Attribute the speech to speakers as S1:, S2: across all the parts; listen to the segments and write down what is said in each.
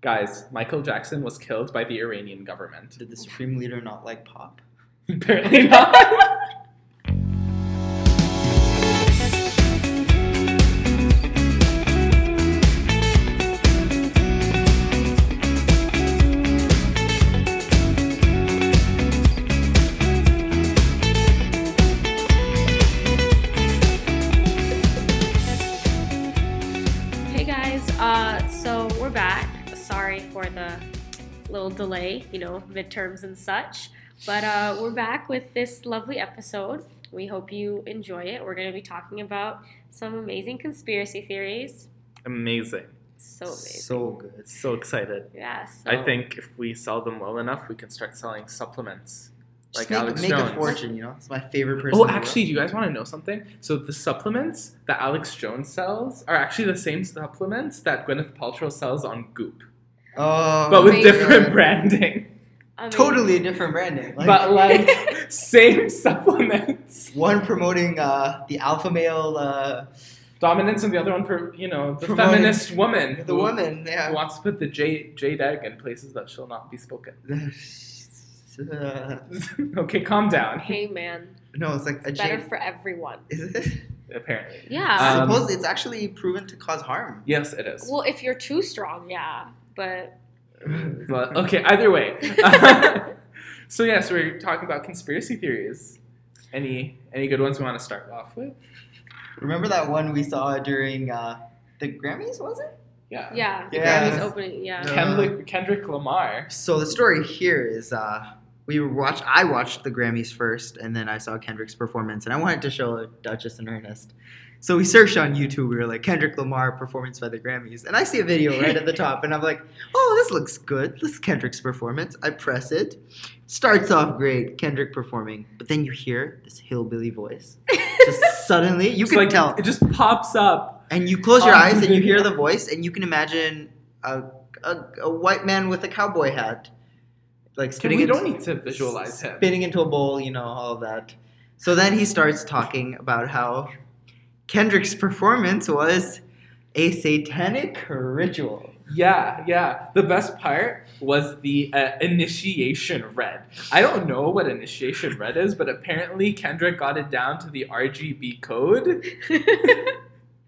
S1: Guys, Michael Jackson was killed by the Iranian government.
S2: Did the Supreme Leader not like pop?
S1: Apparently not.
S3: Hey guys, uh, so we're back. Sorry for the little delay, you know, midterms and such. But uh, we're back with this lovely episode. We hope you enjoy it. We're going to be talking about some amazing conspiracy theories.
S1: Amazing.
S3: So amazing.
S2: So good.
S1: So excited.
S3: yeah, so
S1: I think if we sell them well enough, we can start selling supplements. Like
S2: Just make,
S1: Alex
S2: make
S1: Jones.
S2: a fortune, you know? It's my favorite person.
S1: Oh,
S2: in the world.
S1: actually, do you guys want to know something? So the supplements that Alex Jones sells are actually the same supplements that Gwyneth Paltrow sells on Goop,
S2: Oh,
S1: but with
S3: Amazing.
S1: different branding,
S3: amazing.
S2: totally different branding. Like,
S1: but like same supplements.
S2: one promoting uh, the alpha male, uh,
S1: Dominance and the other one, per, you know, the
S2: Promoting
S1: feminist woman.
S2: the
S1: who
S2: woman. Yeah.
S1: wants to put the J jade egg in places that shall not be spoken.
S2: Uh,
S1: okay, calm down.
S3: Hey man,
S2: no, it's like a
S3: better
S2: J.
S3: for everyone.
S2: Is it?
S1: Apparently,
S3: Yeah.
S1: Um,
S2: Supposedly, it's actually proven to cause harm.
S1: yes, it is.
S3: well, if you're too strong, yeah. But
S1: But okay, either way. so yes, we're talking about conspiracy theories. Any any good ones we want to start off with?
S2: Remember that one we saw during uh, the Grammys, was it?
S1: Yeah.
S3: yeah, the
S2: Yeah.
S3: Grammys opening, yeah.
S2: No.
S1: Kendrick, Kendrick Lamar.
S2: So the story here is uh, we watch. I watched the Grammys first, and then I saw Kendrick's performance, and I wanted to show Duchess and Ernest. So we searched on YouTube. We were like Kendrick Lamar performance by the Grammys, and I see a video right at the top, and I'm like, "Oh, this looks good. This is Kendrick's performance." I press it. Starts off great, Kendrick performing, but then you hear this hillbilly voice. Just suddenly, you
S1: It's
S2: can
S1: like,
S2: tell
S1: It just pops up.
S2: and you close your
S1: On
S2: eyes and you hear
S1: video.
S2: the voice and you can imagine a, a, a white man with a cowboy hat like
S1: Can
S2: spitting
S1: we
S2: into,
S1: don't need to visualize him.
S2: spitting into a bowl you know all of that so then he starts talking about how kendrick's performance was a satanic ritual
S1: Yeah, yeah. The best part was the uh, initiation red. I don't know what initiation red is, but apparently Kendrick got it down to the RGB code.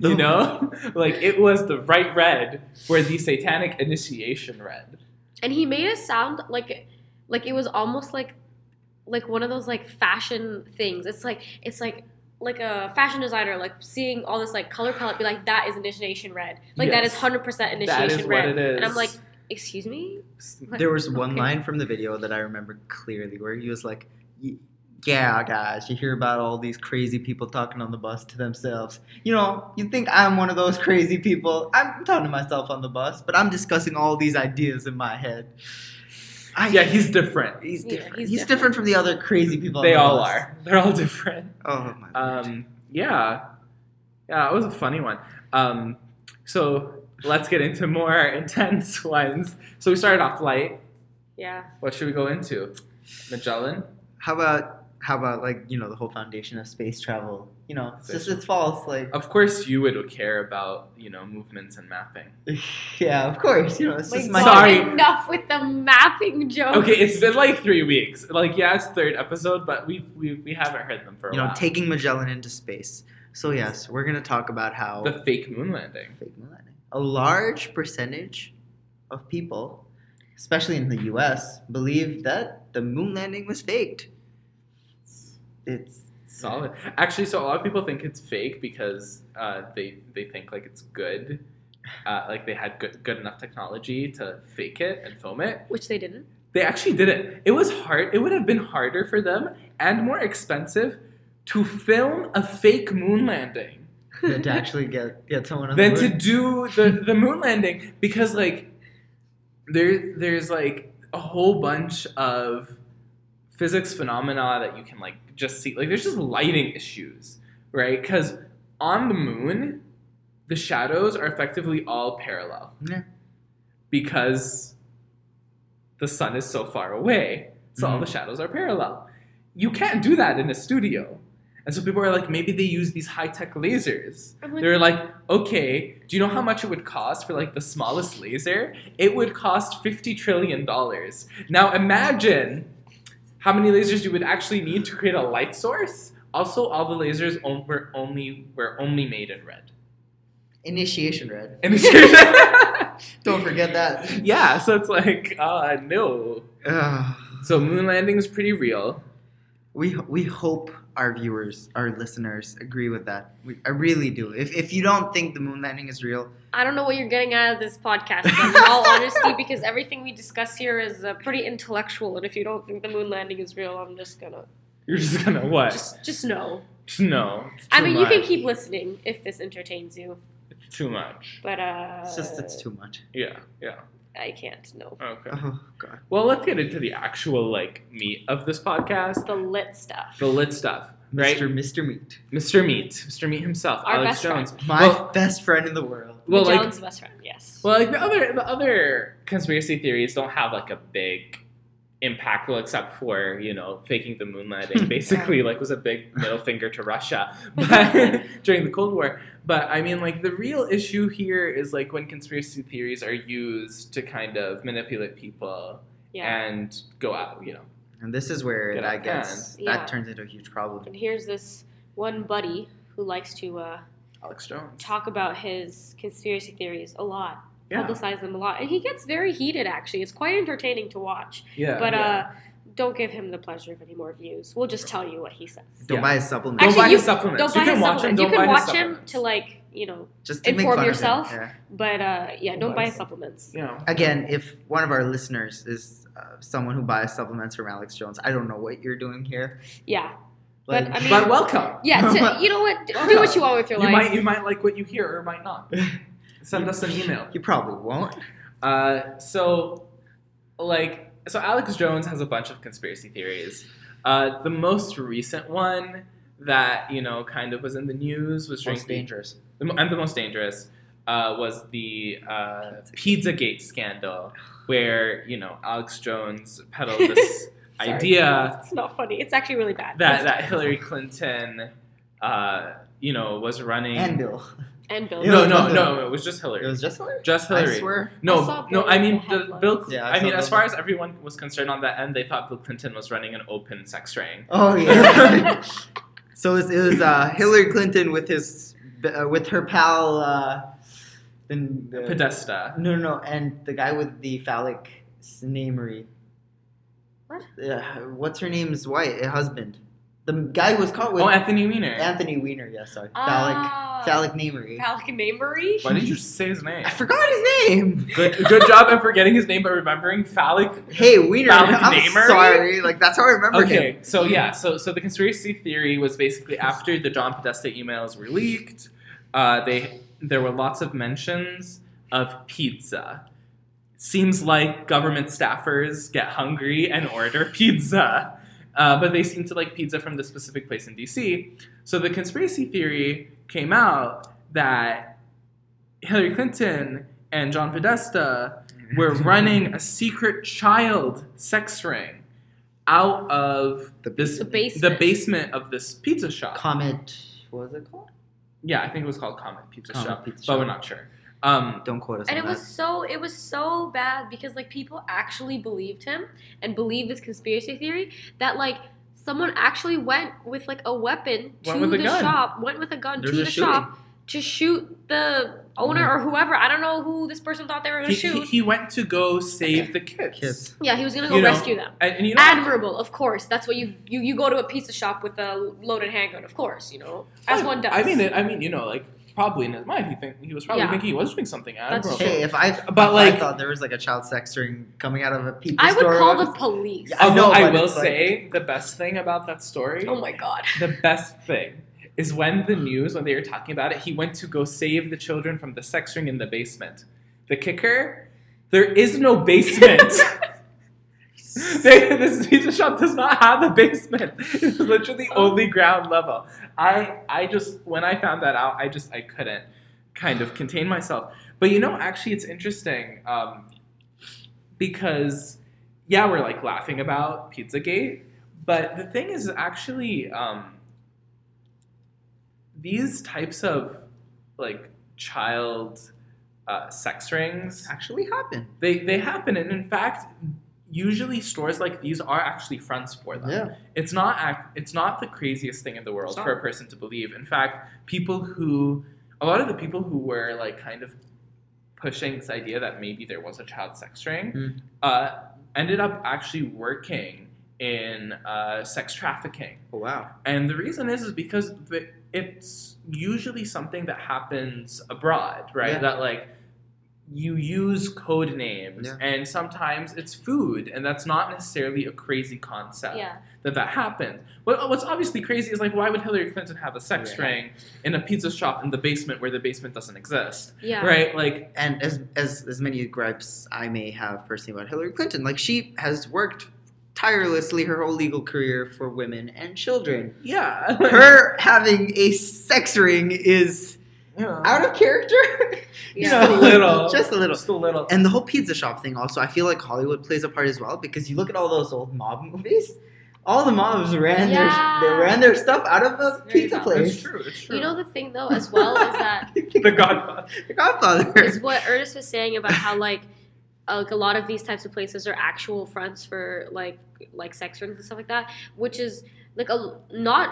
S1: You know, like it was the right red for the satanic initiation red.
S3: and he made it sound like like it was almost like like one of those like fashion things it's like it's like like a fashion designer like seeing all this like color palette be like that is initiation red like that is
S1: Yes.
S3: 100% initiation
S1: that is
S3: red
S1: what it is.
S3: and i'm like excuse me
S2: there was one
S3: Okay.
S2: line from the video that i remember clearly where he was like "Y- yeah guys you hear about all these crazy people talking on the bus to themselves you know you think i'm one of those crazy people i'm talking to myself on the bus but i'm discussing all these ideas in my head I,
S1: yeah, he's different.
S2: he's
S3: Yeah,
S2: different
S3: he's
S2: he's, different. from the other crazy people on
S1: They
S2: the
S1: all
S2: bus.
S1: are. They're all different.
S2: oh my god
S1: Um, yeah, yeah, it was a funny one. Um, so let's get into more intense ones. So we started off light.
S3: yeah
S1: What should we go into? Magellan.
S2: how about how about like you know the whole foundation of space travel you know it's just it's false like
S1: Of course, you would care about you know movements and mapping.
S2: yeah of course you know it's just
S3: Like,
S2: my
S3: God,
S1: Oh. Sorry.
S3: enough with the mapping joke
S1: Okay, it's been like three weeks. Like yeah, it's third episode, but we we, we haven't heard them for a
S2: you know,
S1: while.
S2: taking Magellan into space. So yes, we're gonna talk about how
S1: the fake moon landing.
S2: fake moon landing. A large percentage of people, especially in the U.S., believe that the moon landing was faked. It's
S1: Solid. Actually, so a lot of people think it's fake because uh, they they think like it's good, uh, like they had good good enough technology to fake it and film it.
S3: which they didn't
S1: They actually did it. It was hard. It would have been harder for them and more expensive to film a fake moon landing
S2: than to actually get get someone on
S1: than
S2: the
S1: to
S2: moon.
S1: do the, the moon landing because like there there's like a whole bunch of physics phenomena that you can like just see. Like there's just lighting issues, right? Because on the moon, the shadows are effectively all parallel
S2: Yeah.
S1: because the sun is so far away. So all the shadows are parallel. You can't do that in a studio. And so people are like, maybe they use these high tech lasers.
S3: I'm like,
S1: They're like, okay, do you know how much it would cost for like the smallest laser? It would cost fifty trillion dollars. Now imagine how many lasers you would actually need to create a light source. Also, all the lasers on- were only were only made in red.
S2: Initiation red.
S1: And
S2: Don't forget that.
S1: yeah, so it's like, uh, no.
S2: Ugh.
S1: So moon landing is pretty real.
S2: we we hope our viewers, our listeners, agree with that. We, I really do. If if you don't think the moon landing is real,
S3: I don't know what you're getting out of this podcast, in all honesty, because everything we discuss here is uh, pretty intellectual. And if you don't think the moon landing is real, I'm just gonna
S1: You're just gonna what?
S3: just just know.
S1: no. it's
S3: I
S1: too
S3: mean, you can
S1: much.
S3: keep listening if this entertains you,
S1: It's too much.
S3: but uh,
S2: it's just it's too much.
S1: Yeah. Yeah.
S3: I can't know
S1: Okay.
S2: Oh god.
S1: Well, let's get into the actual like meat of this podcast,
S3: the lit stuff.
S1: the lit stuff, right?
S2: Mr. Mr. Meat.
S1: Mr. Meat, Mr. Meat himself,
S3: Our
S1: Alex
S3: best
S1: Jones.
S2: My
S1: Well-
S2: best friend in the world.
S1: Well,
S3: the
S1: like,
S3: Jones best friend, yes.
S1: well, like the other the other conspiracy theories don't have like a big impact, well, except for you know faking the moon landing. Basically, like was a big middle finger to Russia, but during the Cold War. But I mean, like the real issue here is like when conspiracy theories are used to kind of manipulate people
S3: yeah.
S1: and go out, you know.
S2: And this is where
S1: Good
S2: I
S1: at
S2: guess
S3: Yeah.
S2: that turns into a huge problem.
S3: And here's this one buddy who likes to uh,
S1: Alex Jones.
S3: talk about his conspiracy theories a lot,
S1: Yeah.
S3: publicize them a lot, and he gets very heated. Actually, it's quite entertaining to watch.
S1: Yeah.
S3: but
S1: yeah.
S3: uh, don't give him the pleasure of any more views. We'll just tell you what he says.
S2: Don't
S1: Yeah.
S2: buy a supplement.
S1: Don't
S3: Actually,
S1: buy
S3: you-
S1: his supplements.
S3: Don't
S1: you
S3: buy
S1: can
S3: his
S1: watch him.
S3: supplements.
S1: Don't
S3: you
S1: buy
S3: can
S1: his
S3: watch him
S1: supplements.
S3: to like you know,
S2: just to make
S3: inform
S2: fun of him.
S3: yourself.
S2: Yeah.
S3: but uh, yeah, don't buy his supplements.
S1: Yeah.
S2: Again, if one of our listeners is uh, someone who buys supplements from Alex Jones, I don't know what you're doing here.
S3: Yeah, But, I mean-
S1: but welcome.
S3: yeah. To, you know what? Do what you want with your
S1: You
S3: life.
S1: might you might like what you hear or might not. Send us an email.
S2: you probably won't.
S1: Uh, so, like, so Alex Jones has a bunch of conspiracy theories. Uh, the most recent one that you know kind of was in the news was during
S2: Most
S1: the-
S2: dangerous.
S1: the mo- and the most dangerous uh, was the uh, Pizzagate scandal, where you know Alex Jones peddled this
S3: Sorry.
S1: idea
S3: It's not funny. It's actually really bad.
S1: that that Hillary Clinton, uh, you know, was running.
S2: And Bill.
S3: and Bill.
S1: no,
S2: It
S1: no,
S2: was
S1: no, it was just Hillary.
S2: It was just Hillary.
S1: just
S2: I
S1: Hillary.
S2: swear.
S1: No,
S3: I saw
S1: no.
S3: Bill
S1: I
S3: in
S1: mean,
S3: the
S1: the
S3: headlines.
S1: Bill.
S2: Yeah, I
S1: I, mean,
S2: saw
S1: as
S2: Bill.
S1: far as everyone was concerned on that end, they thought Bill Clinton was running an open sex ring.
S2: Oh yeah. so it was, it was uh, Hillary Clinton with his uh, with her pal. Uh, and the,
S1: Podesta.
S2: no, no, no, and the guy with the phallic namery.
S3: What?
S2: Uh, what's her name's wife? uh, Husband. The guy who was caught with
S1: Oh, Anthony Weiner.
S2: Anthony Weiner. Yeah, sorry. Phallic.
S3: Ah,
S2: Phallic namery.
S3: Phallic memory.
S1: Why did you say his name?
S2: I forgot his name.
S1: Good, good job at forgetting his name, but remembering phallic.
S2: Hey, Weiner.
S1: Phallic
S2: I'm
S1: namery?
S2: sorry. Like that's how I remember him.
S1: Okay, so yeah, so so the conspiracy theory was basically after the John Podesta emails were leaked, uh, they there were lots of mentions of pizza. Seems like government staffers get hungry and order pizza, uh, but they seem to like pizza from this specific place in D.C. So the conspiracy theory came out that Hillary Clinton and John Podesta we're running a secret child sex ring out of
S2: The
S1: this
S3: The basement.
S1: the basement of this pizza shop.
S2: Comet. What was it called?
S1: yeah, I think it was called Comet Pizza
S2: Comet
S1: Shop,
S2: Pizza
S1: but
S2: Shop.
S1: we're not sure. Um,
S2: Don't quote us
S3: and
S2: on
S3: it
S2: that.
S3: was so it was so bad because like people actually believed him and believed this conspiracy theory that like someone actually went with like a weapon
S1: Went
S3: to
S1: with a
S3: the
S1: gun.
S3: shop went with a gun
S2: There's
S3: to
S2: a
S3: the shop to shoot the owner or whoever i don't know who this person thought they were going
S1: Mm-hmm. he,
S3: to
S1: he,
S3: shoot
S1: he went to go save the kids.
S2: Kids.
S3: yeah he was going to go
S1: You know,
S3: rescue them
S1: And, and you know,
S3: admirable of course that's what you, you you go to a pizza shop with a loaded handgun of course you know as
S1: I-
S3: one does
S1: I mean, it, I mean, you know, like probably in his mind, he think he was probably
S3: Yeah.
S1: thinking he was doing something
S3: That's
S1: admirable.
S2: Hey, if I
S1: But,
S2: if I
S1: like-
S2: thought there was like a child sex ring coming out of a pizza
S3: i would
S2: store,
S3: call
S2: I
S3: the police
S2: Yeah,
S1: Although
S2: know,
S1: I
S2: but
S1: will
S2: it's like-
S1: say the best thing about that story.
S3: oh my god
S1: the best thing is when the news, when they were talking about it, he went to go save the children from the sex ring in the basement. The kicker, there is no basement. they, this pizza shop does not have a basement. It's literally only ground level. I, I just, when I found that out, I just, I couldn't kind of contain myself. But you know, actually, it's interesting um, because, yeah, we're like laughing about Pizzagate, but the thing is actually um, these types of like child uh, sex rings
S2: actually happen.
S1: they they happen and in fact usually stores like these are actually fronts for them
S2: Yeah.
S1: it's not ac- it's not the craziest thing in the world
S2: It's not.
S1: for a person to believe in fact people who a lot of the people who were like kind of pushing this idea that maybe there was a child sex ring
S2: Mm.
S1: uh, ended up actually working in uh, sex trafficking
S2: Oh, wow.
S1: and the reason is is because the- it's usually something that happens abroad, right?
S2: Yeah.
S1: That like you use code names,
S2: Yeah.
S1: and sometimes it's food, and that's not necessarily a crazy concept
S3: Yeah.
S1: that that happened. What, what's obviously crazy is like why would Hillary Clinton have a sex
S2: Yeah.
S1: ring in a pizza shop in the basement where the basement doesn't exist,
S3: Yeah.
S1: right? Like
S2: and as as as many gripes I may have personally about Hillary Clinton, like she has worked tirelessly her whole legal career for women and children.
S1: yeah,
S2: Her having a sex ring is
S1: Yeah.
S2: out of character.
S1: Just
S3: Yeah.
S1: a little,
S2: Just a little.
S1: just a little.
S2: And the whole pizza shop thing also, I feel like Hollywood plays a part as well because you look at all those old mob movies. All the mobs ran
S3: Yeah.
S2: their they ran their stuff out of a
S3: Very
S2: pizza
S3: valid.
S1: it's
S2: place.
S1: true. It's true.
S3: You know the thing though as well is that
S1: the Godfather.
S2: The Godfather.
S3: is what Ernest was saying about how like uh, like a lot of these types of places are actual fronts for like like sex rings and stuff like that, which is like a not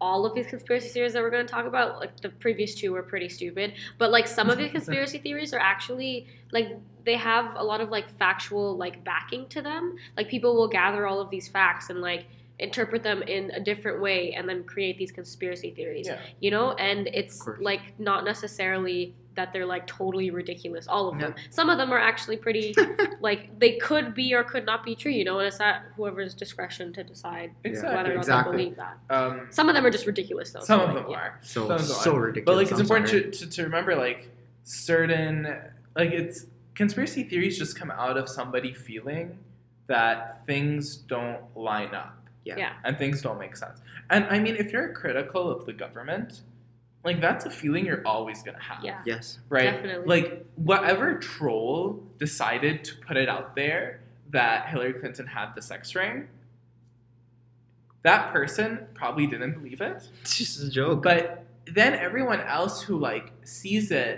S3: all of these conspiracy theories that we're going to talk about like the previous two were pretty stupid but like some of the conspiracy theories are actually like they have a lot of like factual like backing to them like people will gather all of these facts and like interpret them in a different way and then create these conspiracy theories
S1: Yeah.
S3: you know and it's
S2: course.
S3: like not necessarily that they're like totally ridiculous all of them some of them are actually pretty like they could be or could not be true you know and it's at whoever's discretion to decide
S1: Exactly.
S3: whether or not
S2: Exactly.
S3: they believe that
S1: Um,
S3: some of them are just ridiculous though
S1: some
S3: so,
S1: of
S3: like,
S1: them
S3: yeah.
S1: are.
S2: so
S1: Sounds
S2: so ridiculous.
S1: But like it's
S2: I'm
S1: important
S2: sorry.
S1: to, to, to remember like certain like it's conspiracy theories just come out of somebody feeling that things don't line up.
S2: Yeah.
S3: Yeah.
S1: And things don't make sense. And I mean if you're critical of the government, like that's a feeling you're always gonna have.
S3: yeah
S2: Yes.
S1: Right?
S3: definitely
S1: Like whatever troll decided to put it out there that Hillary Clinton had the sex ring, that person probably didn't believe it.
S2: It's just a joke.
S1: But then everyone else who like sees it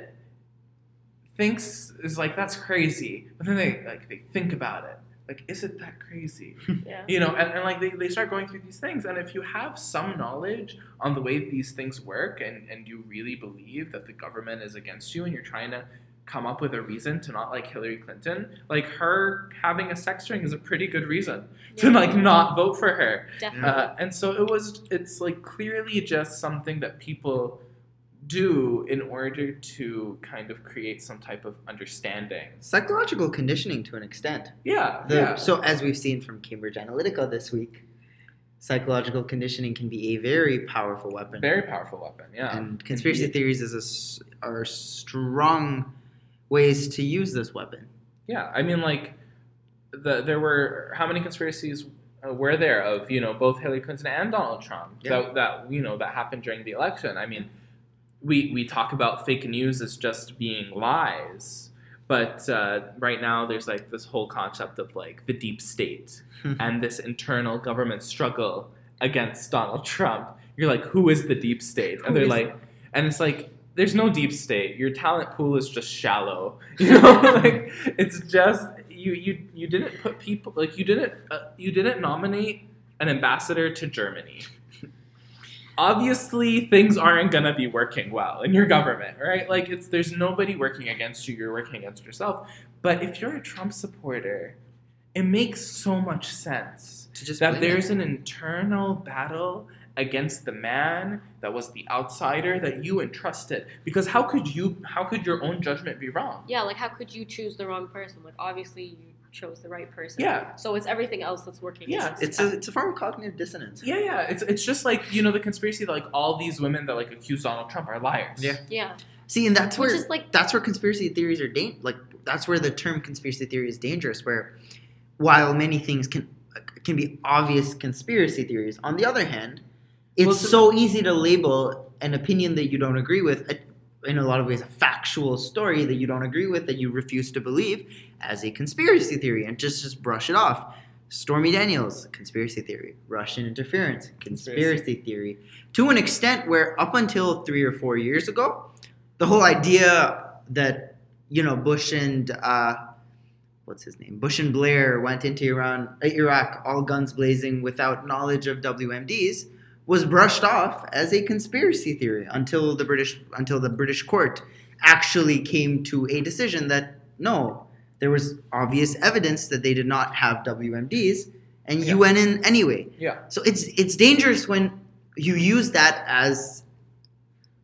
S1: thinks is like that's crazy. But then they like they think about it. Like, is it that crazy?
S3: yeah
S1: You know, and, and like they, they start going through these things. And if you have some knowledge on the way these things work and, and you really believe that the government is against you and you're trying to come up with a reason to not like Hillary Clinton, like her having a sex ring is a pretty good reason to
S3: Yeah.
S1: like not vote for her.
S3: definitely
S1: Uh, and so it was. It's like clearly just something that people do in order to kind of create some type of understanding.
S2: psychological conditioning to an extent.
S1: Yeah,
S2: The,
S1: yeah,
S2: So, as we've seen from Cambridge Analytica this week, psychological conditioning can be a very powerful weapon.
S1: very powerful weapon. Yeah,
S2: and conspiracy theories is a s are strong ways to use this weapon.
S1: yeah. I mean, like the there were how many conspiracies uh, were there of you know both Hillary Clinton and Donald Trump
S2: Yeah.
S1: that that you know that happened during the election. I mean, we we talk about fake news as just being lies. But uh, right now, there's like this whole concept of like the deep state,
S2: Hmm.
S1: and this internal government struggle against Donald Trump. You're like, who is the deep state? And
S2: Who
S1: they're
S2: is-
S1: like, and it's like, there's no deep state. Your talent pool is just shallow. You know, like it's just you you you didn't put people like you didn't uh, you didn't nominate an ambassador to Germany. Obviously, things aren't gonna be working well in your government, right? Like it's there's nobody working against you. You're working against yourself. But if you're a Trump supporter, it makes so much sense
S2: To just
S1: that
S2: blame it.
S1: there's an internal battle against the man that was the outsider that you entrusted because how could you how could your own judgment be wrong
S3: yeah like how could you choose the wrong person like obviously you chose the right person
S1: yeah
S3: so it's everything else that's working
S1: Yeah,
S3: against
S2: It's
S3: you.
S2: a it's a form of cognitive dissonance.
S1: yeah yeah it's, it's just like you know the conspiracy that like all these women that like accuse donald trump are liars
S2: Yeah.
S3: yeah
S2: See, and that's
S3: which
S2: where
S3: is like
S2: that's where conspiracy theories are dan- like that's where the term conspiracy theory is dangerous. Where while many things can can be obvious conspiracy theories, on the other hand, it's
S1: Well,
S2: so easy to label an opinion that you don't agree with. A, in a lot of ways, a factual story that you don't agree with, that you refuse to believe, as a conspiracy theory, and just just brush it off. Stormy Daniels, conspiracy theory. Russian interference,
S1: Conspiracy.
S2: conspiracy theory. To an extent where up until three or four years ago, the whole idea that, you know, Bush and, uh, what's his name? Bush and Blair went into Iran, uh, Iraq all guns blazing without knowledge of WMDs was brushed off as a conspiracy theory until the British until the British court actually came to a decision that no, there was obvious evidence that they did not have WMDs, and
S1: Yeah.
S2: you went in anyway.
S1: Yeah.
S2: So it's it's dangerous when you use that as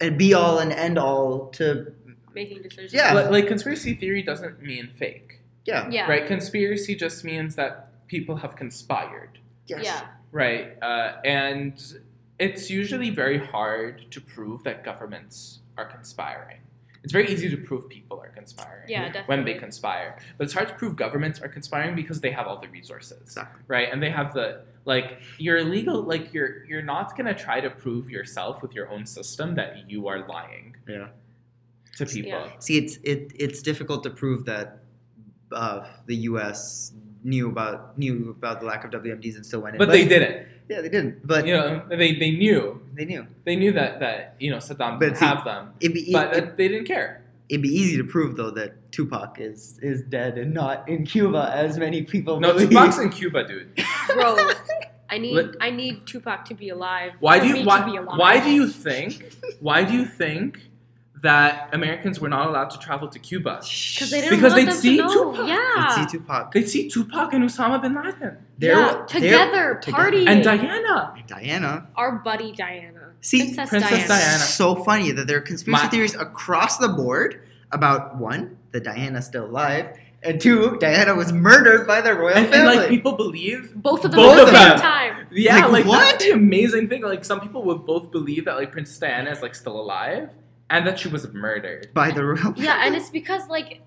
S2: a be all and end all to
S3: making decisions.
S2: Yeah.
S1: Like, like conspiracy theory doesn't mean fake,
S2: yeah
S3: Yeah.
S1: right? Conspiracy just means that people have conspired,
S2: yes.
S3: Yeah.
S1: right? Uh, and it's usually very hard to prove that governments are conspiring. It's very easy to prove people are conspiring
S3: Yeah,
S1: when
S3: definitely.
S1: they conspire, but it's hard to prove governments are conspiring because they have all the resources.
S2: Exactly.
S1: right and they have the like you're illegal like you're you're not gonna try to prove yourself with your own system that you are lying
S2: Yeah.
S1: to people
S3: Yeah.
S2: See, it's it it's difficult to prove that uh, the U.S. knew about knew about the lack of WMDs and still went in.
S1: but they didn't
S2: Yeah, they didn't. But
S1: you know they, they knew
S2: they knew.
S1: they knew that that you know saddam
S2: But
S1: didn't
S2: see-
S1: have them
S2: It'd be, e-
S1: but uh,
S2: it,
S1: that they didn't care
S2: would be easy to prove though that Tupac is is dead and not in Cuba as many people.
S1: no
S2: believe.
S1: tupac's in cuba dude
S3: Bro, I need
S1: Let-
S3: I need Tupac to be alive.
S1: why
S3: for
S1: do
S3: me
S1: you
S3: to
S1: why,
S3: be alive.
S1: why do you think why do you think that americans were not allowed to travel to cuba
S3: Because they didn't
S1: Because
S3: want
S1: they'd
S3: them
S1: see
S3: to know.
S1: Tupac.
S3: Yeah.
S2: They'd see Tupac.
S1: they'd see tupac and osama bin laden
S2: They're-
S3: yeah.
S2: they're-
S3: Together,
S2: together.
S3: party.
S1: and diana
S2: Diana.
S3: Our buddy Diana.
S2: See,
S3: Princess,
S1: Princess
S3: Diana.
S1: Diana.
S2: so funny that there are conspiracy
S1: My-
S2: theories across the board about one, that Diana's still alive, and two, Diana was murdered by the royal
S1: and, and
S2: family.
S1: like people believe
S3: Both of them
S1: Both
S3: at
S1: of
S3: the same
S1: them.
S3: time.
S1: Yeah,
S2: Like,
S1: like,
S2: what?
S1: that's the amazing thing. Like some people would both believe that like Princess Diana is like still alive and that she was murdered.
S2: by the royal.
S3: Yeah, and it's because like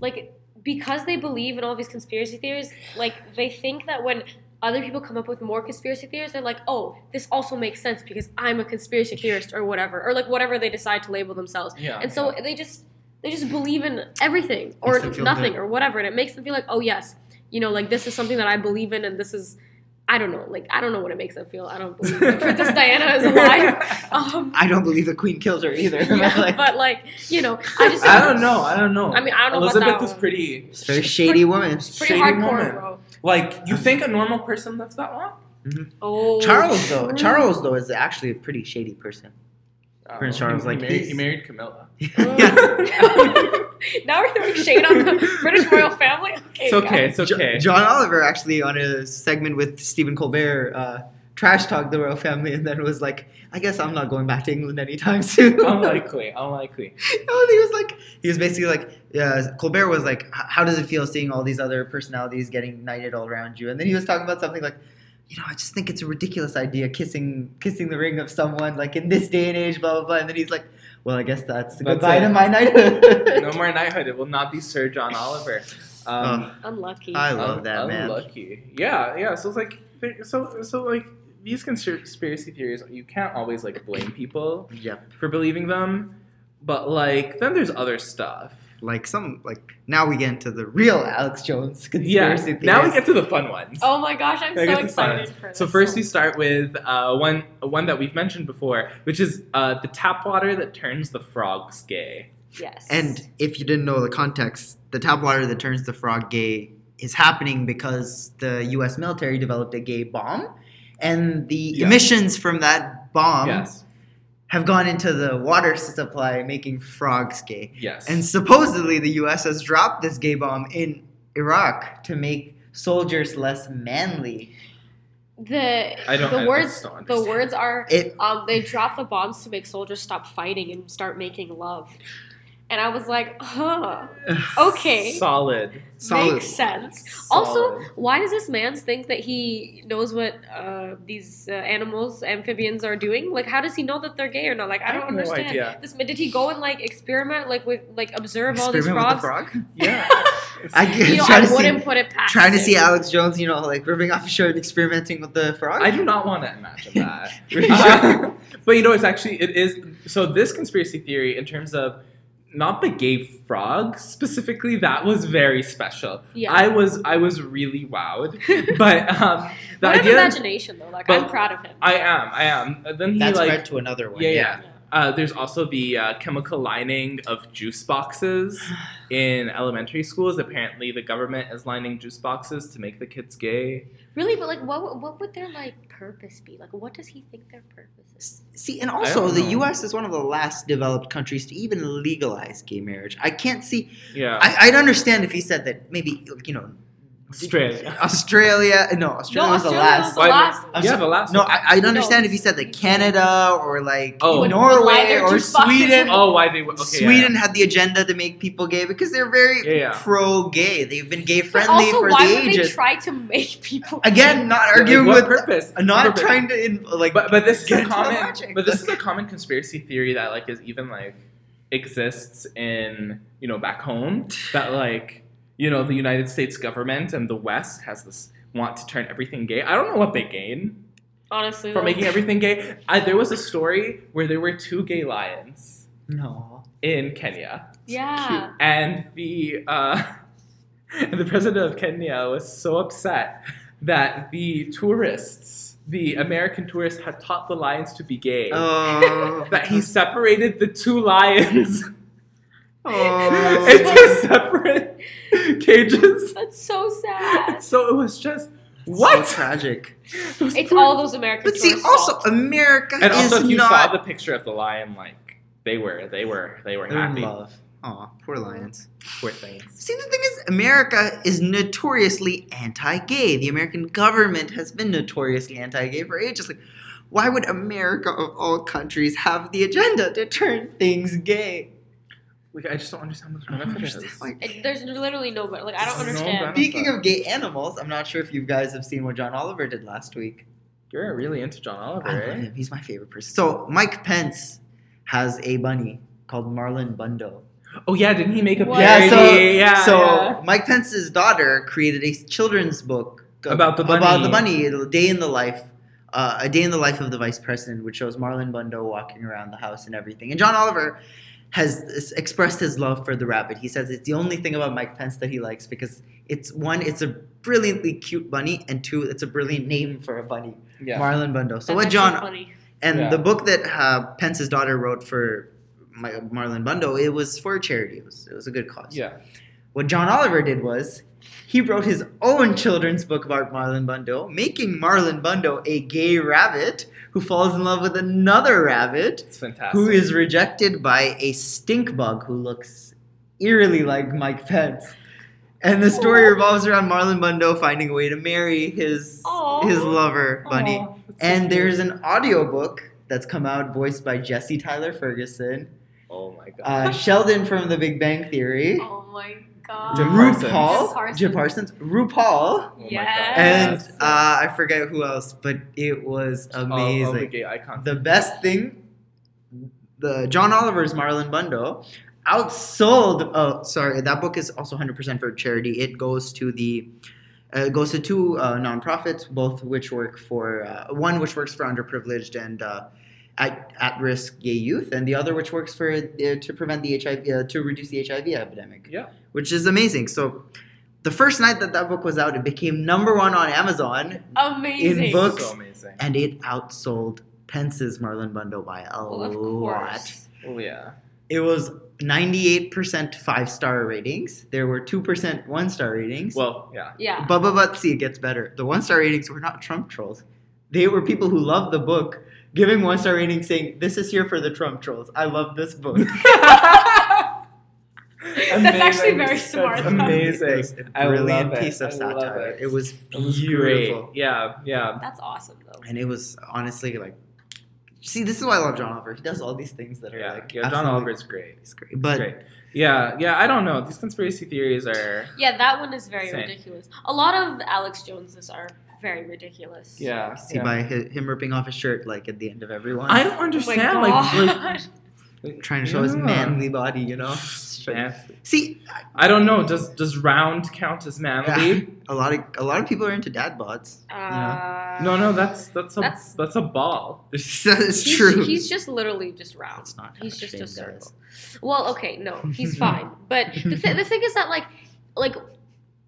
S3: like because they believe in all these conspiracy theories, like they think that when other people come up with more conspiracy theories, they're like, "Oh, this also makes sense because I'm a conspiracy theorist or whatever." Or like whatever they decide to label themselves.
S1: Yeah.
S3: And so they just they just believe in everything or
S2: Makes them feel
S3: nothing
S2: good.
S3: or whatever and it makes them feel like, "Oh, yes, you know, like this is something that I believe in and this is I don't know, like I don't know what it makes them feel. I don't believe that Princess Diana is alive. Um
S2: I don't believe the queen killed her either.
S3: yeah,
S2: Like,
S3: but like, you know, I just
S1: I don't know. I don't know.
S3: I mean, I don't know about
S1: Elizabeth
S3: that
S1: was
S3: one.
S1: pretty.
S2: she's a very shady woman.
S3: pretty
S1: shady
S3: hardcore,
S1: woman.
S3: bro.
S1: Like you think a normal person lives that long?
S3: Oh,
S2: Charles though,
S3: true.
S2: Charles though is actually a pretty shady person.
S1: Oh,
S2: Prince Charles,
S1: he,
S2: like,
S1: he married,
S2: he's-
S1: he married Camilla.
S3: Mm.
S2: yeah.
S3: now we're throwing shade on the British royal family. Okay,
S1: It's okay.
S3: guys.
S1: It's okay.
S2: John Oliver actually on a segment with Stephen Colbert uh, trash talked the royal family and then was like, I guess I'm not going back to England anytime soon.
S1: Oh unlikely. Unlikely.
S2: Oh, he was like, he was basically like, yeah, Colbert was like, "H- how does it feel seeing all these other personalities getting knighted all around you? And then he was talking about something like, you know, I just think it's a ridiculous idea kissing kissing the ring of someone like in this day and age, blah blah blah. And then he's like, well, I guess that's,
S1: That's
S2: goodbye
S1: it.
S2: to my knighthood.
S1: No more knighthood. It will not be Sir John Oliver. Um,
S3: Unlucky.
S2: Oh, I love that man.
S1: Unlucky. Yeah, yeah. So it's like, there- so so like these conspiracy theories, you can't always like blame people
S2: Yep.
S1: for believing them, but like then there's other stuff.
S2: Like some like now we get into the real Alex Jones
S1: Yeah.
S2: conspiracy
S1: Now we
S2: theories.
S1: get to the fun ones.
S3: oh my gosh, I'm
S1: I
S3: so
S1: get to start.
S3: excited for this.
S1: So first we start with uh, one one that we've mentioned before, which is uh, the tap water that turns the frogs gay.
S3: yes,
S2: And if you didn't know the context, the tap water that turns the frog gay is happening because the U.S. military developed a gay bomb, and the
S1: Yeah.
S2: emissions from that bomb
S1: yes,
S2: have gone into the water supply, making frogs gay.
S1: yes.
S2: And supposedly, the U.S. has dropped this gay bomb in Iraq to make soldiers less manly.
S3: the
S1: I don't-
S3: the
S1: I
S3: words
S1: just don't
S3: the words are
S2: It
S3: um they drop the bombs to make soldiers stop fighting and start making love, and I was like, huh, okay,
S1: solid.
S2: solid.
S3: makes sense. Also,
S1: Solid.
S3: why does this man think that he knows what uh, these uh, animals, amphibians, are doing? Like, how does he know that they're gay or not? Like, I
S1: I
S3: don't
S1: have no
S3: understand.
S1: idea.
S3: This man, did he go and like experiment, like with like observe all
S2: Experiment
S3: these frogs?
S2: with the frog.
S1: yeah.
S2: I
S1: I,
S2: get-
S3: You know,
S2: Trying
S3: I
S2: to see-
S3: wouldn't put it past.
S2: Trying to
S3: him.
S2: see Alex Jones, you know, like ripping off his shirt, and experimenting with the frog.
S1: do not want to imagine that.
S2: Really?
S1: Uh, but you know, it's actually it is. So this conspiracy theory, in terms of not the gay frog specifically. That was very special.
S3: Yeah.
S1: I was I was really wowed. But um, the
S3: what an
S1: idea
S3: imagination though. Like I'm
S1: But-
S3: proud of him.
S1: I am I am. Uh, Then he
S2: That's
S1: like
S2: read to another one.
S1: yeah, yeah. Uh, there's also the uh, chemical lining of juice boxes in elementary schools. Apparently, the government is lining juice boxes to make the kids gay.
S3: Really, but like, what would- what would their like purpose be? Like, what does he think their purpose is?
S2: See, and also the
S1: know.
S2: U.S. is one of the last developed countries to even legalize gay marriage. I can't see.
S1: Yeah,
S2: I, I'd understand if he said that maybe you know
S1: Australia.
S2: Australia. No, Australia was the last.
S1: the Why- last
S2: I'm
S1: yeah,
S2: sorry.
S1: the last.
S2: No,
S1: one.
S2: I, I'd understand if he said that Canada or like
S1: Oh. Would-
S3: would lie
S2: Norway
S3: their
S2: or
S3: juice boxes
S2: Sweden.
S1: oh, why they okay, yeah,
S2: Sweden had the agenda to make people gay because they're very
S1: Yeah, yeah.
S2: pro-gay. They've been
S3: But
S2: gay-friendly
S3: also,
S2: for
S3: why
S2: the
S3: would
S2: ages.
S3: they try to make people
S2: Again, not
S1: Yeah, like,
S2: arguing
S1: what
S2: with,
S1: purpose.
S2: not
S1: Purpose.
S2: trying to in, like.
S1: But but this is
S2: get
S1: a
S2: into the
S1: common.
S2: logic.
S1: But this is a common conspiracy theory that like is even like exists in you know back home that like you know the United States government and the West has this want to turn everything gay. I don't know what they gain.
S3: honestly
S1: for
S3: though.
S1: making everything gay. I, there was a story where there were two gay lions
S2: no.
S1: in Kenya,
S3: Yeah,
S1: and the uh, and the president of Kenya was so upset that the tourists, the American tourists, had taught the lions to be gay.
S2: Oh.
S1: That he separated the two lions
S2: Oh.
S1: into separate cages.
S3: that's so sad.
S1: So it was just what?
S2: So tragic.
S1: Those
S3: It's
S1: poor-
S3: all those American.
S2: But see,
S3: tourists'
S2: also
S3: fault.
S2: America
S1: And also,
S2: is
S1: if you
S2: not
S1: saw the picture of the lion, like they were, they were, they were
S2: They're in
S1: happy.
S2: love. Aw, poor lions.
S1: Poor things.
S2: See, the thing is, America is notoriously anti-gay. The American government has been notoriously anti-gay for ages. Like, why would America of all countries have the agenda to turn things gay?
S1: Like, I just don't understand what the
S2: I don't
S1: benefit
S2: understand.
S1: is.
S2: Like,
S3: It- there's literally no but like I don't
S1: No
S3: understand.
S1: benefit.
S2: speaking of gay animals, I'm not sure if you guys have seen what John Oliver did last week.
S1: You're really into John Oliver,
S2: I love
S1: eh?
S2: him. He's my favorite person. So Mike Pence has a bunny called Marlon Bundo.
S1: Oh yeah, didn't he make a
S3: What?
S1: parody?
S2: Yeah, so
S1: yeah,
S2: so
S1: yeah.
S2: Mike Pence's daughter created a children's book
S1: About the
S2: About
S1: bunny.
S2: the bunny, a day in the life. Uh, a day in the life of the vice president, which shows Marlon Bundo walking around the house and everything. And John Oliver has s- expressed his love for the rabbit. He says it's the only thing about Mike Pence that he likes because it's one, it's a brilliantly cute bunny, and two, it's a brilliant name for a bunny,
S1: yeah.
S2: Marlon Bundo. So what
S3: That's actually
S2: John
S3: funny.
S2: and
S1: Yeah.
S2: the book that uh, Pence's daughter wrote for my, Marlon Bundo, it was for charity. It was, it was a good cause.
S1: yeah.
S2: What John Oliver did was he wrote his own children's book about Marlon Bundo, making Marlon Bundo a gay rabbit who falls in love with another rabbit
S1: it's fantastic.
S2: who is rejected by a stink bug who looks eerily like Mike Pence. And the story revolves around Marlon Bundo finding a way to marry his
S3: Aw.
S2: his lover, Bunny.
S3: Oh,
S1: Aw, that's so
S2: And
S1: cute.
S2: there's an audiobook that's come out voiced by Jesse Tyler Ferguson,
S1: oh my god,
S2: uh, Sheldon from The Big Bang Theory,
S3: Oh my god.
S1: Jim Parsons.
S2: RuPaul, Jim
S3: Jim
S2: Parsons, RuPaul,
S1: oh my
S3: yes.
S1: god,
S2: and
S1: Yes.
S2: uh, I forget who else, but it was
S1: All- All, the
S2: amazing.
S1: gay icons.
S2: The best thing, the John Oliver's Marlon Bundo outsold. Oh, sorry, that book is also 100% for charity. It goes to the uh, it goes to two uh, nonprofits, both which work for uh, one which works for underprivileged and uh, at at risk gay youth, and the other which works for uh, to prevent the HIV uh, to reduce the HIV epidemic.
S1: Yeah.
S2: which is amazing. So. The first night that that book was out, it became number one on Amazon,
S3: Amazing.
S2: in books.
S1: so amazing.
S2: and it outsold Pence's Marlon Bundo by a
S3: Well, of
S2: lot.
S3: course.
S1: Oh yeah,
S2: It was 98% five star ratings. There were 2% one star ratings.
S1: well yeah.
S3: Yeah.
S2: but, but, but see, it gets better. The one star ratings were not Trump trolls, they were people who loved the book. Giving one star ratings saying, This is here for the Trump trolls. I love this book.
S3: That's actually very smart.
S1: That's amazing.
S2: It was a
S1: I love
S2: brilliant
S1: it.
S2: piece of
S1: I love
S2: satire.
S1: it.
S2: It was
S1: It was
S2: beautiful.
S1: great. Yeah, yeah.
S3: That's awesome though.
S2: And it was honestly like, see, this is why I love John Oliver. He does all these things that are
S1: Yeah,
S2: like,
S1: yeah, John
S2: absolutely-
S1: Oliver's great.
S2: He's great. But
S1: great. Yeah, yeah. I don't know. These conspiracy theories are.
S3: Yeah, that one is very
S1: Same.
S3: ridiculous. A lot of Alex Joneses are very ridiculous.
S1: Yeah.
S2: see,
S1: yeah.
S2: by hi- him ripping off his shirt like at the end of everyone,
S1: I don't
S3: Oh my
S1: understand.
S3: god.
S1: like, like,
S2: trying to show his
S1: Yeah.
S2: manly body, you know, It's sure.
S1: Mammally.
S2: See,
S1: I don't know. Does does round count as mammally?
S2: a lot of a lot of people are into dad bods.
S3: Uh,
S1: no, no. That's that's a that's,
S3: That's-
S1: a ball.
S2: That's
S3: he's,
S2: true.
S3: He's just literally just round.
S2: It's not.
S3: He's just a
S2: Shane
S3: circle.
S2: does.
S3: Well, okay, no, he's fine. But the, th- the thing is that like, like,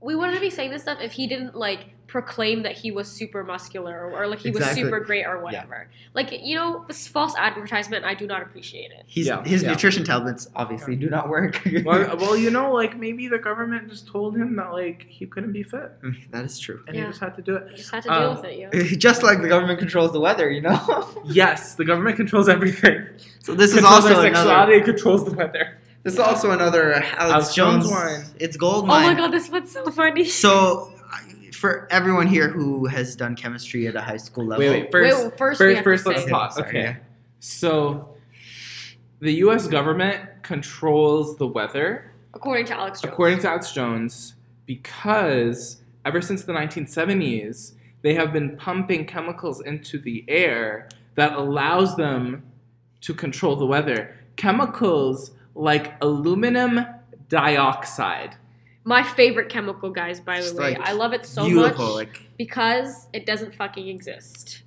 S3: we wouldn't be saying this stuff if he didn't like proclaim that he was super muscular or, or, like he
S2: Exactly.
S3: was super great or whatever. Like you know, this false advertisement, I do not appreciate it.
S2: He's,
S1: Yeah,
S2: his
S1: yeah.
S2: nutrition tablets obviously do not work.
S1: Well, well, you know, like maybe the government just told him that like he couldn't be fit,
S2: that is true.
S1: and he
S3: Yeah.
S1: just had to do it.
S3: You just have to deal
S1: Um,
S3: with it, yo.
S2: Just like the government controls the weather, you know.
S1: Yes, the government controls everything.
S2: so this is
S1: controls
S2: also
S1: our
S2: another.
S1: sexuality, controls the weather.
S2: This is also another uh, Alex,
S1: Alex Jones
S2: Jones,
S1: wine.
S2: It's gold
S3: Oh my
S2: mine.
S3: god, this one's so funny.
S2: So, I- for everyone here who has done chemistry at a high school level,
S1: Wait, wait. First,
S3: Wait, first, we
S1: first,
S3: have
S1: first
S3: to
S1: let's
S3: say-
S1: talk.
S2: Sorry,
S1: Okay.
S2: yeah.
S1: So, the U.S. government controls the weather,
S3: according to Alex Jones.
S1: according to Alex Jones, because ever since the 1970s, they have been pumping chemicals into the air that allows them to control the weather. Chemicals like aluminum dioxide.
S3: my favorite chemical, guys. By the
S2: Just,
S3: way,
S2: like,
S3: I love it so
S2: beautiful.
S3: much
S2: Like,
S3: because it doesn't fucking exist.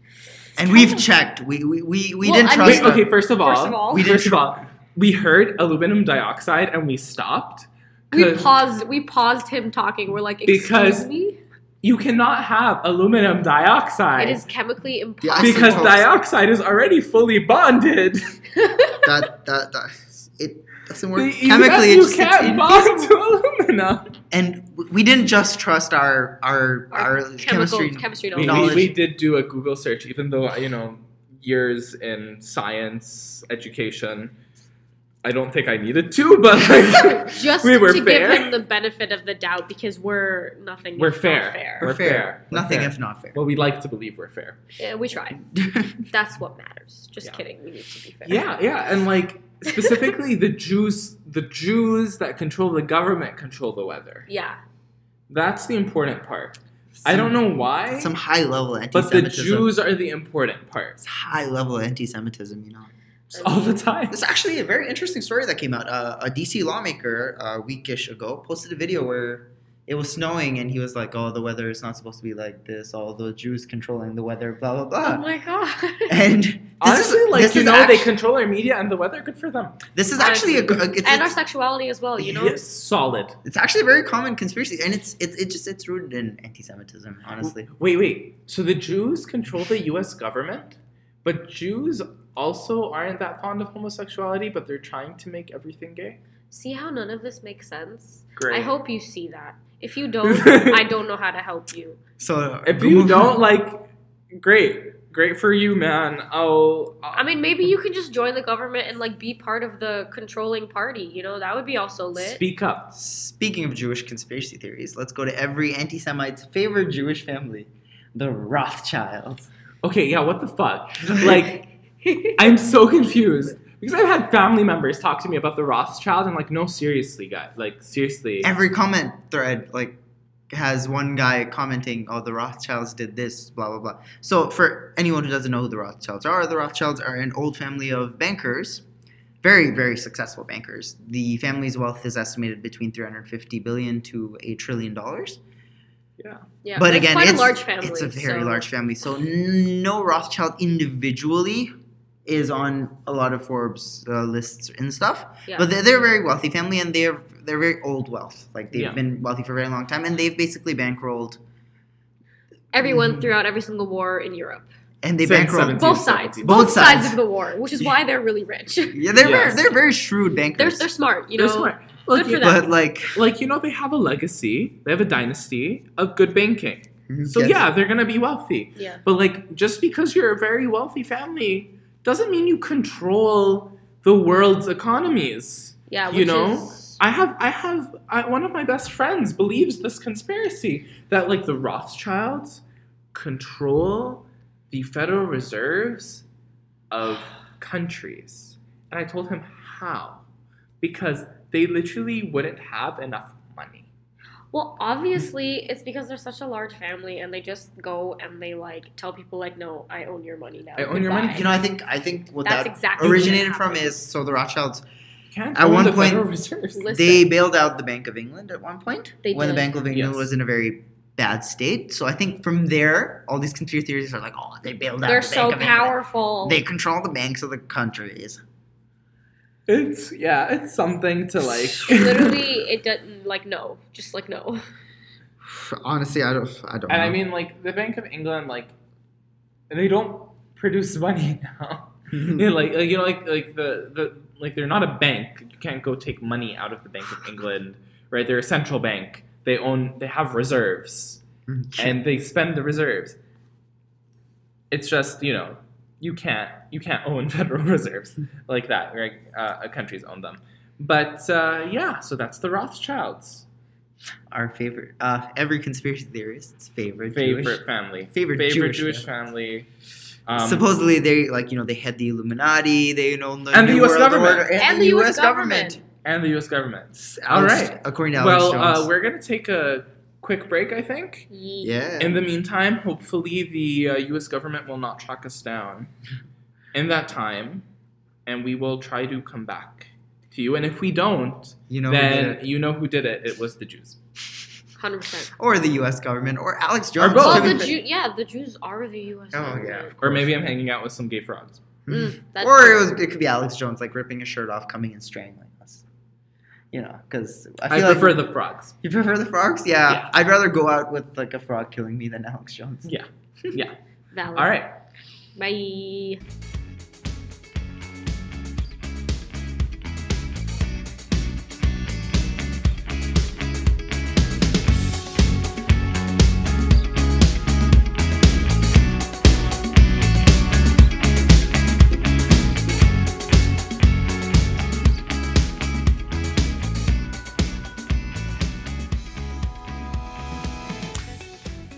S2: and
S3: kind
S2: we've
S3: of-
S2: checked. We we we, we
S3: Well,
S2: didn't
S3: I
S2: trust.
S1: Wait,
S3: mean-
S2: them.
S1: okay, first of all,
S3: First of all,
S2: We
S1: we
S2: didn't
S1: first of all, we heard aluminum dioxide and we stopped.
S3: we
S1: 'cause
S3: paused. We paused him talking. We're like, excuse
S1: Because-
S3: me.
S1: you cannot have aluminum dioxide
S3: It is chemically
S2: I
S3: impossible.
S1: because
S2: suppose.
S1: dioxide is already fully bonded.
S2: that, that that it doesn't work
S1: The-
S2: chemically.
S1: you
S2: It's, it's
S1: can't
S2: in-
S1: bond to aluminum.
S2: and we didn't just trust our our our,
S3: chemical
S2: chemistry.
S3: chemistry
S1: We,
S3: knowledge.
S1: we,
S2: Knowledge.
S1: we did do a Google search, even though you know years in science education. I don't think I needed to, but like,
S3: Just
S1: we were
S3: to
S1: fair.
S3: give him the benefit of the doubt because we're nothing.
S1: we're
S3: if not
S1: fair.
S3: fair.
S1: We're fair. We're
S2: Nothing
S1: fair.
S2: if not fair.
S1: Well, we like to believe we're fair.
S3: Yeah, we try. That's what matters. Just
S1: Yeah.
S3: kidding. We need to be fair.
S1: Yeah, yeah, and like specifically the Jews, the Jews that control the government control the weather.
S3: Yeah.
S1: That's the important part. I don't know why,
S2: Some high level
S1: but the
S2: anti-Semitism.
S1: Jews are the important part
S2: It's high level anti-Semitism, you know.
S3: I
S1: all the
S3: mean,
S1: time.
S2: It's actually a very interesting story that came out. Uh, a DC lawmaker uh, a weekish ago posted a video where it was snowing and he was like, "Oh, the weather is not supposed to be like this. All the Jews controlling the weather, blah blah
S3: Oh
S2: blah."
S3: my god.
S2: And this
S1: Honestly,
S2: is,
S1: like
S2: this
S1: you
S2: is
S1: know,
S2: actually,
S1: they control our media and the weather. Good for them.
S2: this is actually a gr- it's,
S3: and our
S2: it's,
S3: sexuality as well. You know.
S1: Yes, solid.
S2: it's actually a very common conspiracy, and it's it's it just it's rooted in anti-Semitism. Honestly,
S1: Wait, wait. So the Jews control the U.S. government, but Jews also aren't that fond of homosexuality, but they're trying to make everything gay.
S3: See how none of this makes sense.
S1: Great.
S3: I hope you see that. If you don't, I don't know how to help you.
S2: so
S1: If you don't like, great, great for you, man. I'll.
S3: I mean, maybe you can just join the government and like be part of the controlling party. You know, that would be also lit.
S1: speak up.
S2: Speaking of Jewish conspiracy theories, let's go to every anti Semite's favorite Jewish family, the Rothschilds.
S1: Okay, yeah. What the fuck? Like, I'm so confused because I've had family members talk to me about the Rothschild and like, no, seriously, guys, like, seriously.
S2: Every comment thread, like, has one guy commenting, oh, the Rothschilds did this, blah, blah, blah. So, for anyone who doesn't know who the Rothschilds are, the Rothschilds are an old family of bankers, very, very successful bankers. The family's wealth is estimated between 350 billion to a trillion dollars.
S3: Yeah,
S2: but
S3: it's
S2: again,
S3: quite
S2: it's,
S3: a large family.
S2: it's a very
S3: so-
S2: large family. So n- no Rothschild individually is on a lot of Forbes uh, lists and stuff.
S3: Yeah.
S2: But they're, they're a very wealthy family, and they're they're very old wealth. Like they've
S1: Yeah.
S2: been wealthy for a very long time, and they've basically bankrolled
S3: Everyone throughout every single war in Europe,
S2: and they
S1: Since 17.
S2: bankrolled.
S3: both sides,
S1: Both
S3: both,
S2: sides.
S3: sides. of the war, which is why they're really rich.
S2: Yeah, they're
S1: Yes.
S2: very, they're very shrewd
S3: they're
S2: bankers.
S3: they're smart. You know,
S1: They're smart. Look,
S3: for
S1: you-
S3: them.
S2: but like,
S1: like you know, they have a legacy. They have a dynasty of good banking. So
S2: yes.
S1: yeah, they're gonna be wealthy.
S3: Yeah,
S1: But like, just because you're a very wealthy family doesn't mean you control the world's economies.
S3: yeah.
S1: You
S3: Which
S1: know,
S3: is-
S1: I have, I have, I, one of my best friends believes this conspiracy that like the Rothschilds control the Federal Reserves of countries. And I told him how, because they literally wouldn't have enough money.
S3: well, obviously, it's because they're such a large family, and they just go and they like tell people like, "No, I own your money now.
S1: I own your money.
S3: Goodbye."
S2: you know, I think I think what
S3: That's
S2: that
S3: exactly what
S2: originated from
S3: happened.
S2: is so the Rothschilds
S1: Can't
S2: At
S1: blame
S2: one
S1: the
S2: point-
S1: Federal Reserve.
S3: Listen.
S2: They bailed out the Bank of England at one point
S3: They
S2: when
S3: did.
S2: the Bank of England
S1: Yes.
S2: was in a very bad state. So I think from there, all these conspiracy theories are like, oh, they bailed out.
S3: They're
S2: the Bank
S3: so
S2: of England.
S3: powerful.
S2: They control the banks of the countries.
S1: It's yeah, it's something to like.
S3: Literally, it doesn't like no, just like no.
S2: Honestly, I don't. I don't.
S1: and
S2: know.
S1: I mean, like the Bank of England, like they don't produce money now. Yeah, like, like you know, like like the the like they're not a bank. You can't go take money out of the Bank of England, right? They're a central bank. They own. They have reserves, and they spend the reserves. It's just you know you can't you can't own federal reserves like that. Right? Uh, a country's own them, but uh, yeah. So that's the Rothschilds'
S2: our favorite, uh, every conspiracy theorist's favorite,
S1: favorite
S2: Jewish-
S1: family,
S2: favorite
S1: favorite
S2: Jewish
S1: family. Um,
S2: Supposedly, they like you know they had the Illuminati. They know the
S1: And the
S2: New
S1: US
S2: World
S1: government.
S2: Order, and,
S3: And
S2: the
S3: the
S2: U.S.
S3: US government.
S1: and the U.S. government. All
S2: Alex-
S1: right.
S2: according to Alex
S1: Well, uh,
S2: Jones.
S1: we're gonna take a quick break, I think.
S3: Ye-
S2: yeah.
S1: In the meantime, hopefully the uh, U.S. government will not track us down in that time, and we will try to come back to you. And if we don't,
S2: you know, who did
S1: then
S2: it.
S1: you know who did it. It was the Jews.
S3: hundred percent.
S2: or the U.S. government, or Alex
S1: Or
S2: Jones.
S1: both.
S2: to
S3: Well,
S2: be
S3: the
S2: fair.
S3: Jew, yeah, the Jews are the U.S.
S2: Oh,
S3: government.
S2: yeah.
S1: Or maybe I'm hanging out with some gay frogs.
S3: Mm, that's
S2: or it, was, it could be Alex Jones, like ripping his shirt off, coming and strangling us. You know, because I
S1: I,
S2: feel
S1: prefer
S2: like
S1: the frogs.
S2: you prefer the frogs. Yeah,
S1: Yeah.
S2: I'd rather go out with like a frog killing me than Alex Jones.
S1: Yeah. Yeah.
S3: valid.
S1: All right.
S3: Bye.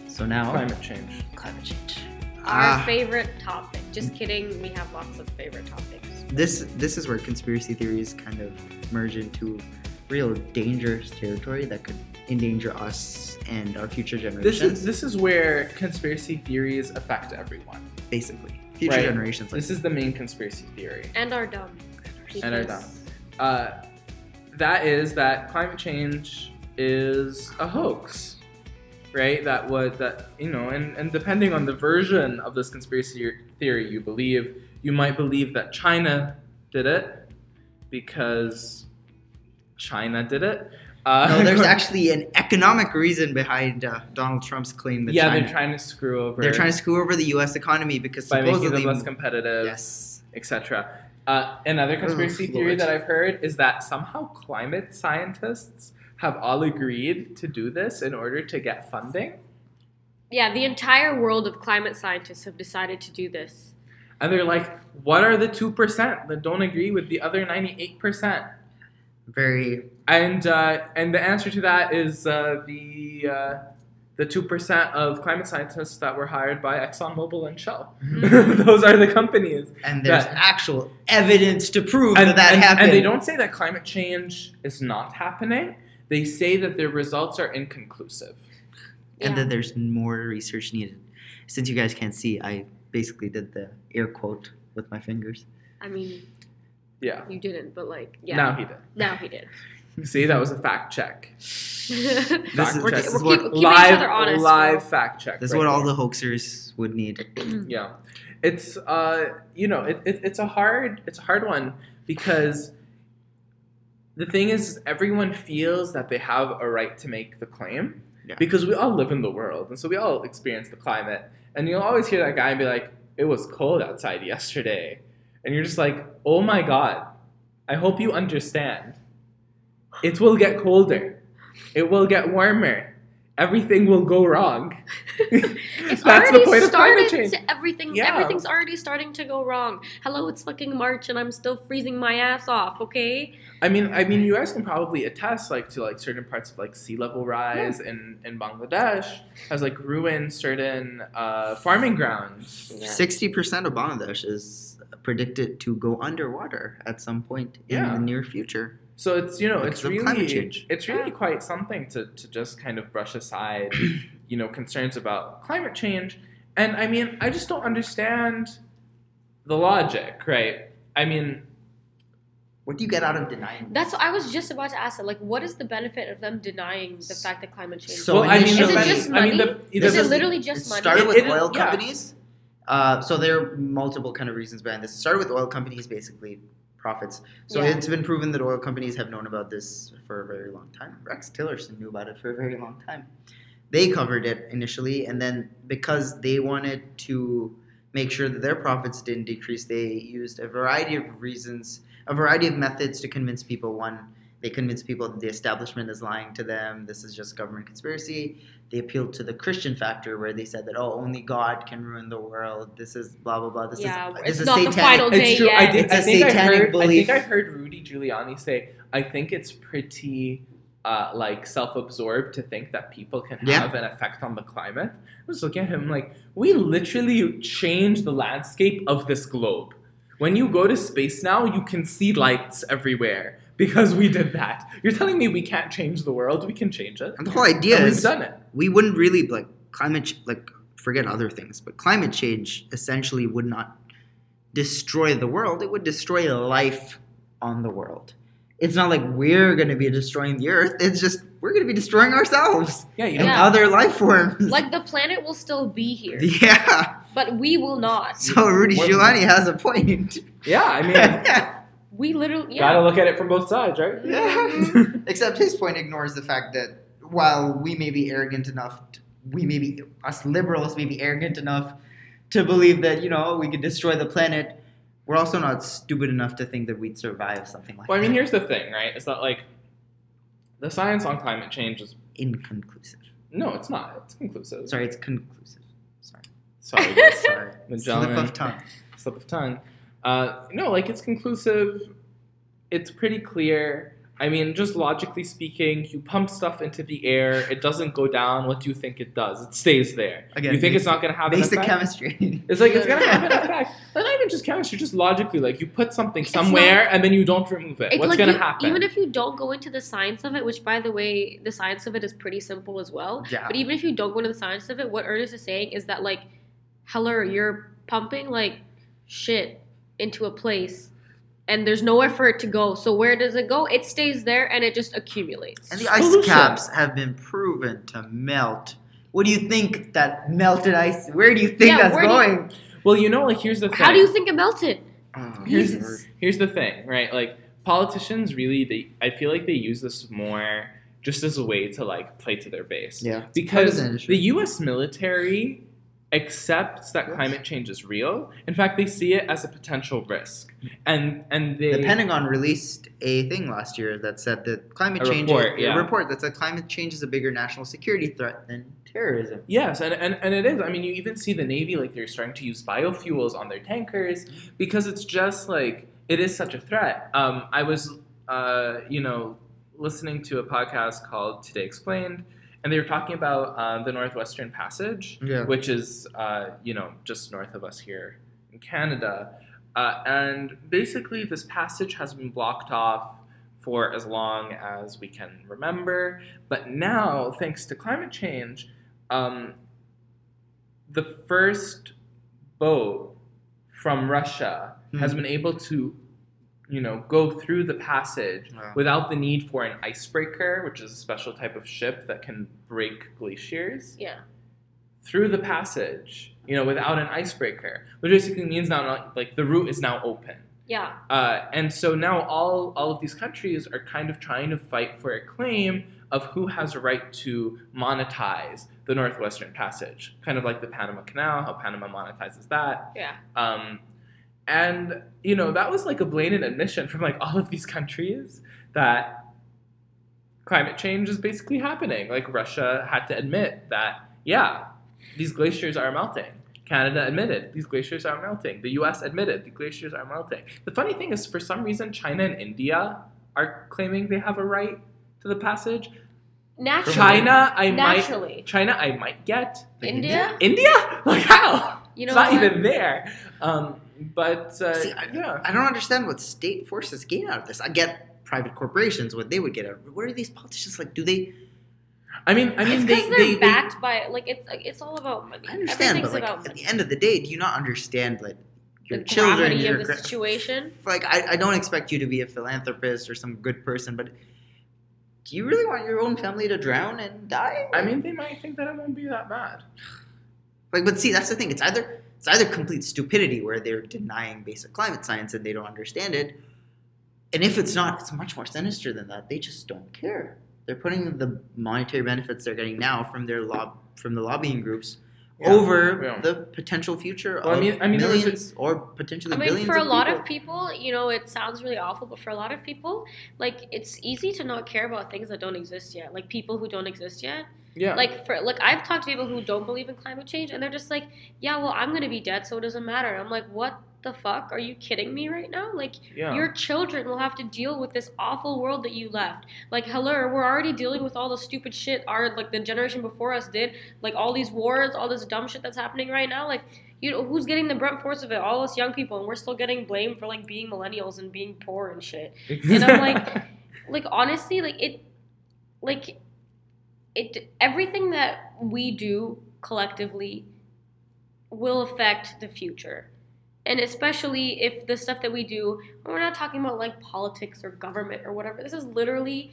S2: So now
S1: Climate change.
S2: climate change.
S3: Our
S2: Ah,
S3: favorite topic. Just kidding. We have lots of favorite topics.
S2: this this is where conspiracy theories kind of merge into real dangerous territory that could endanger us and our future generations.
S1: This is this is where conspiracy theories affect everyone.
S2: basically future
S1: Right.
S2: generations. Like,
S1: This is the main conspiracy theory.
S3: And are dumb.
S1: And are
S3: Because-
S1: uh, that is that climate change is a hoax, right? That was that you know, and and depending on the version of this conspiracy theory you believe, you might believe that China did it because China did it. Uh,
S2: no, there's actually an economic reason behind uh, Donald Trump's claim that
S1: yeah,
S2: China,
S1: they're trying to screw over.
S2: they're trying to screw over the U.S. economy because
S1: by making
S2: supposedly
S1: them less competitive.
S2: yes,
S1: etc. Uh, another conspiracy
S2: Lord.
S1: theory that I've heard is that somehow climate scientists have all agreed to do this in order to get funding.
S3: Yeah, the entire world of climate scientists have decided to do this.
S1: And they're like, what are the 2% that don't agree with the other 98%?
S2: very
S1: And, uh, and the answer to that is uh, the, uh, the 2% of climate scientists that were hired by ExxonMobil and Shell.
S2: Mm-hmm.
S1: Those are the companies.
S2: and there's
S1: Yeah.
S2: actual evidence to prove
S1: and,
S2: that that
S1: and-
S2: happened.
S1: and they don't say that climate change is not happening. They say that their results are inconclusive.
S2: and
S3: Yeah.
S2: that there's more research needed. Since you guys can't see, I basically did the air quote with my fingers.
S3: I mean,
S1: Yeah.
S3: you didn't, but like, yeah.
S1: Now he did.
S3: Now he did.
S1: See, that was a fact check.
S3: This
S2: This
S1: Fact check.
S2: is, this
S1: We're
S2: is
S3: keep-
S2: what
S3: keeping each
S1: live,
S3: other honest,
S1: live
S3: bro.
S1: fact check.
S2: this is
S1: right
S2: what all
S1: here.
S2: the hoaxers would need.
S3: Mm.
S1: yeah, it's uh, you know, it, it, it's a hard, it's a hard one because the thing is, everyone feels that they have a right to make the claim
S2: Yeah.
S1: because we all live in the world, and so we all experience the climate, and you'll always hear that guy and be like, "It was cold outside yesterday," and you're just like, "Oh my god, I hope you understand. It will get colder. It will get warmer." Everything will go wrong. That's
S3: It's
S1: the
S3: already
S1: point of
S3: started
S1: climate change.
S3: to everything.
S1: Yeah.
S3: Everything's already starting to go wrong. Hello, it's fucking March and I'm still freezing my ass off. Okay.
S1: I mean, I mean, you guys can probably attest, like, to like certain parts of like sea level rise in in Bangladesh has like ruined certain uh, farming grounds.
S2: Sixty percent of Bangladesh is predicted to go underwater at some point in
S1: Yeah.
S2: the near future.
S1: So it's you know
S2: Because
S1: it's
S2: of climate
S1: really
S2: change.
S1: it's really quite something to to just kind of brush aside, you know, concerns about climate change. And I mean, I just don't understand the logic, right? I mean,
S2: What do you get out of denying? it?
S3: That's what I was just about to ask. That. Like, what is the benefit of them denying the fact that climate change?
S2: So
S1: well, I mean,
S2: Is
S1: the
S2: it
S1: money-
S3: just
S1: I mean, the,
S3: money?
S1: it
S2: This
S3: is it
S1: doesn't-
S3: literally
S2: it
S3: just money?
S2: started with
S1: It- it-
S2: oil
S1: yeah.
S2: companies. Uh, so there are multiple kind of reasons behind this. It started with oil companies, basically profits. So
S3: Yeah.
S2: it's been proven that oil companies have known about this for a very long time. Rex Tillerson knew about it for a very long time. They covered it initially, and then because they wanted to make sure that their profits didn't decrease, they used a variety of reasons, a variety of methods to convince people. One, they convinced people that the establishment is lying to them. This is just government conspiracy they appealed to the Christian factor where they said that oh only God can ruin the world. This is blah blah blah. This
S3: yeah,
S2: is this
S3: it's
S2: is
S3: not
S2: satanic.
S3: the final day
S1: It's true.
S3: yet.
S1: I, did,
S2: It's
S1: I
S2: a
S1: think I
S2: satanic
S1: heard.
S2: belief.
S1: I think I heard Rudy Giuliani say, "I think it's pretty." Uh, like self-absorbed to think that people can
S2: Yeah.
S1: have an effect on the climate. I was looking at him like, we literally change the landscape of this globe. When you go to space now, you can see lights everywhere because we did that. You're telling me we can't change the world? We can change it.
S2: And the whole idea
S1: And we've
S2: is
S1: done it.
S2: we wouldn't really like climate ch- like forget other things, but climate change essentially would not destroy the world. It would destroy life on the world. It's not like we're going to be destroying the earth. It's just we're going to be destroying ourselves
S1: Yeah, you
S2: and
S1: know.
S3: Yeah.
S2: other life forms.
S3: Like the planet will still be here,
S2: yeah.
S3: but we will not.
S2: So Rudy
S1: What-
S2: Giuliani has a point.
S1: Yeah, I mean,
S3: We literally,
S1: gotta
S3: yeah.
S1: look at it from both sides, right?
S3: Mhm.
S2: Except his point ignores the fact that while we may be arrogant enough, t- we may be, us liberals may be arrogant enough to believe that, you know, we could destroy the planet, we're also not stupid enough to think that we'd survive something like
S1: Well, I
S2: that.
S1: mean, here's the thing, right? Is that like the science on climate change is
S2: Inconclusive.
S1: no, it's not. It's conclusive.
S2: Sorry, it's conclusive. Sorry.
S1: Sorry, guys.
S2: Sorry. Slip
S1: Magellan.
S2: of tongue.
S1: slip of tongue. Uh, no, like it's conclusive. It's pretty clear. I mean, just logically speaking, you pump stuff into the air. It doesn't go down. What do you think it does? It stays there.
S2: Again,
S1: you think it's
S2: basic,
S1: not going to have an
S2: basic
S1: effect?
S2: chemistry.
S1: It's like it's gonna have an effect. Not even just chemistry, just logically. Like you put something somewhere and then you don't remove it.
S3: It's
S1: What's
S3: like
S1: gonna
S3: you-
S1: happen?
S3: Even if you don't go into the science of it, which by the way, the science of it is pretty simple as well.
S2: yeah.
S3: But even if you don't go into the science of it, what Ernest is saying is that like, Heller, you're pumping like shit into a place, and there's nowhere for it to go. So where does it go? It stays there and it just accumulates.
S2: And
S1: It's
S2: the ice
S1: pollution.
S2: caps have been proven to melt. What do you think that melted ice? Where do you think
S3: Yeah,
S2: that's
S3: where do you-
S2: going?
S1: well, you know, like here's the thing.
S3: How do you think it melted?
S2: Oh,
S1: here's
S2: Jesus.
S1: here's the thing, right? Like politicians really they I feel like they use this more just as a way to like play to their base.
S2: yeah.
S1: Because
S2: partisan issue.
S1: the US military accepts that
S2: Yes.
S1: climate change is real. In fact, they see it as a potential risk. And and they
S2: The Pentagon released a thing last year that said that climate
S1: A
S2: change
S1: report,
S2: a
S1: yeah.
S2: report that said climate change is a bigger national security threat than terrorism.
S1: Yes, and, and, and it is. I mean, you even see the Navy, like, they're starting to use biofuels on their tankers because it's just like, it is such a threat. Um, I was, uh, you know, listening to a podcast called Today Explained, and they were talking about uh, the Northwestern Passage,
S2: Yeah.
S1: which is, uh, you know, just north of us here in Canada. Uh, and basically, this passage has been blocked off for as long as we can remember. But now, thanks to climate change, um, the first boat from Russia has
S2: Hmm.
S1: been able to, you know, go through the passage
S2: Wow.
S1: without the need for an icebreaker, which is a special type of ship that can break glaciers
S3: Yeah.
S1: through the passage, you know, without an icebreaker, which basically means now, not, like, the route is now open.
S3: Yeah.
S1: Uh, and so now all, all of these countries are kind of trying to fight for a claim of who has a right to monetize the Northwestern Passage, kind of like the Panama Canal, how Panama monetizes that.
S3: Yeah.
S1: Um, and, you know, that was like a blatant admission from like all of these countries that climate change is basically happening. Like Russia had to admit that, yeah, these glaciers are melting. Canada admitted these glaciers are melting. The US admitted the glaciers are melting. The funny thing is, for some reason, China and India are claiming they have a right to the passage.
S3: Naturally.
S1: China, I might.
S3: Naturally.
S1: China, I might get.
S3: India.
S1: India? Like how?
S3: You know
S1: it's not
S3: what?
S1: even there. Um, but uh,
S2: See, I-
S1: yeah,
S2: I don't understand what state forces gain out of this. I get private corporations what they would get out. of it. What are these politicians like? Do they?
S1: I mean, I mean,
S3: It's
S1: they, they,
S3: because they're
S1: they-
S3: backed by like it's like, it's all about money.
S2: I understand,
S3: Everything's
S2: but like
S3: about
S2: at the
S3: money.
S2: end of the day, do you not understand like your
S3: the
S2: children,
S3: gravity
S2: your
S3: of the
S2: gra-
S3: situation.
S2: like I, I don't expect you to be a philanthropist or some good person, but do you really want your own family to drown and die?
S1: I mean, they might think that it won't be that bad.
S2: Like, but see, that's the thing. It's either it's either complete stupidity where they're denying basic climate science and they don't understand it, and if it's not, it's much more sinister than that. They just don't care. They're putting the monetary benefits they're getting now from their lob from the lobbying groups
S1: Yeah,
S2: over
S1: yeah.
S2: the potential future
S1: Well, I
S2: of
S1: mean- I mean, there was a-
S2: millions or potentially
S3: I mean,
S2: billions
S3: for a
S2: of
S3: lot
S2: people.
S3: of people, you know, it sounds really awful, but for a lot of people, like it's easy to not care about things that don't exist yet, like people who don't exist yet.
S1: Yeah.
S3: Like for like I've talked to people who don't believe in climate change, and they're just like, yeah, well, I'm gonna be dead, so it doesn't matter. I'm like, what the fuck? Are you kidding me right now? Like.
S1: yeah.
S3: Your children will have to deal with this awful world that you left. Like, hello, we're already dealing with all the stupid shit our like the generation before us did. Like all these wars, all this dumb shit that's happening right now. Like, you know, who's getting the brunt force of it? All us young people, and we're still getting blamed for like being millennials and being poor and shit. And I'm like, like honestly, like it, like it. Everything that we do collectively will affect the future. And especially if the stuff that we do, we're not talking about like politics or government or whatever. This is literally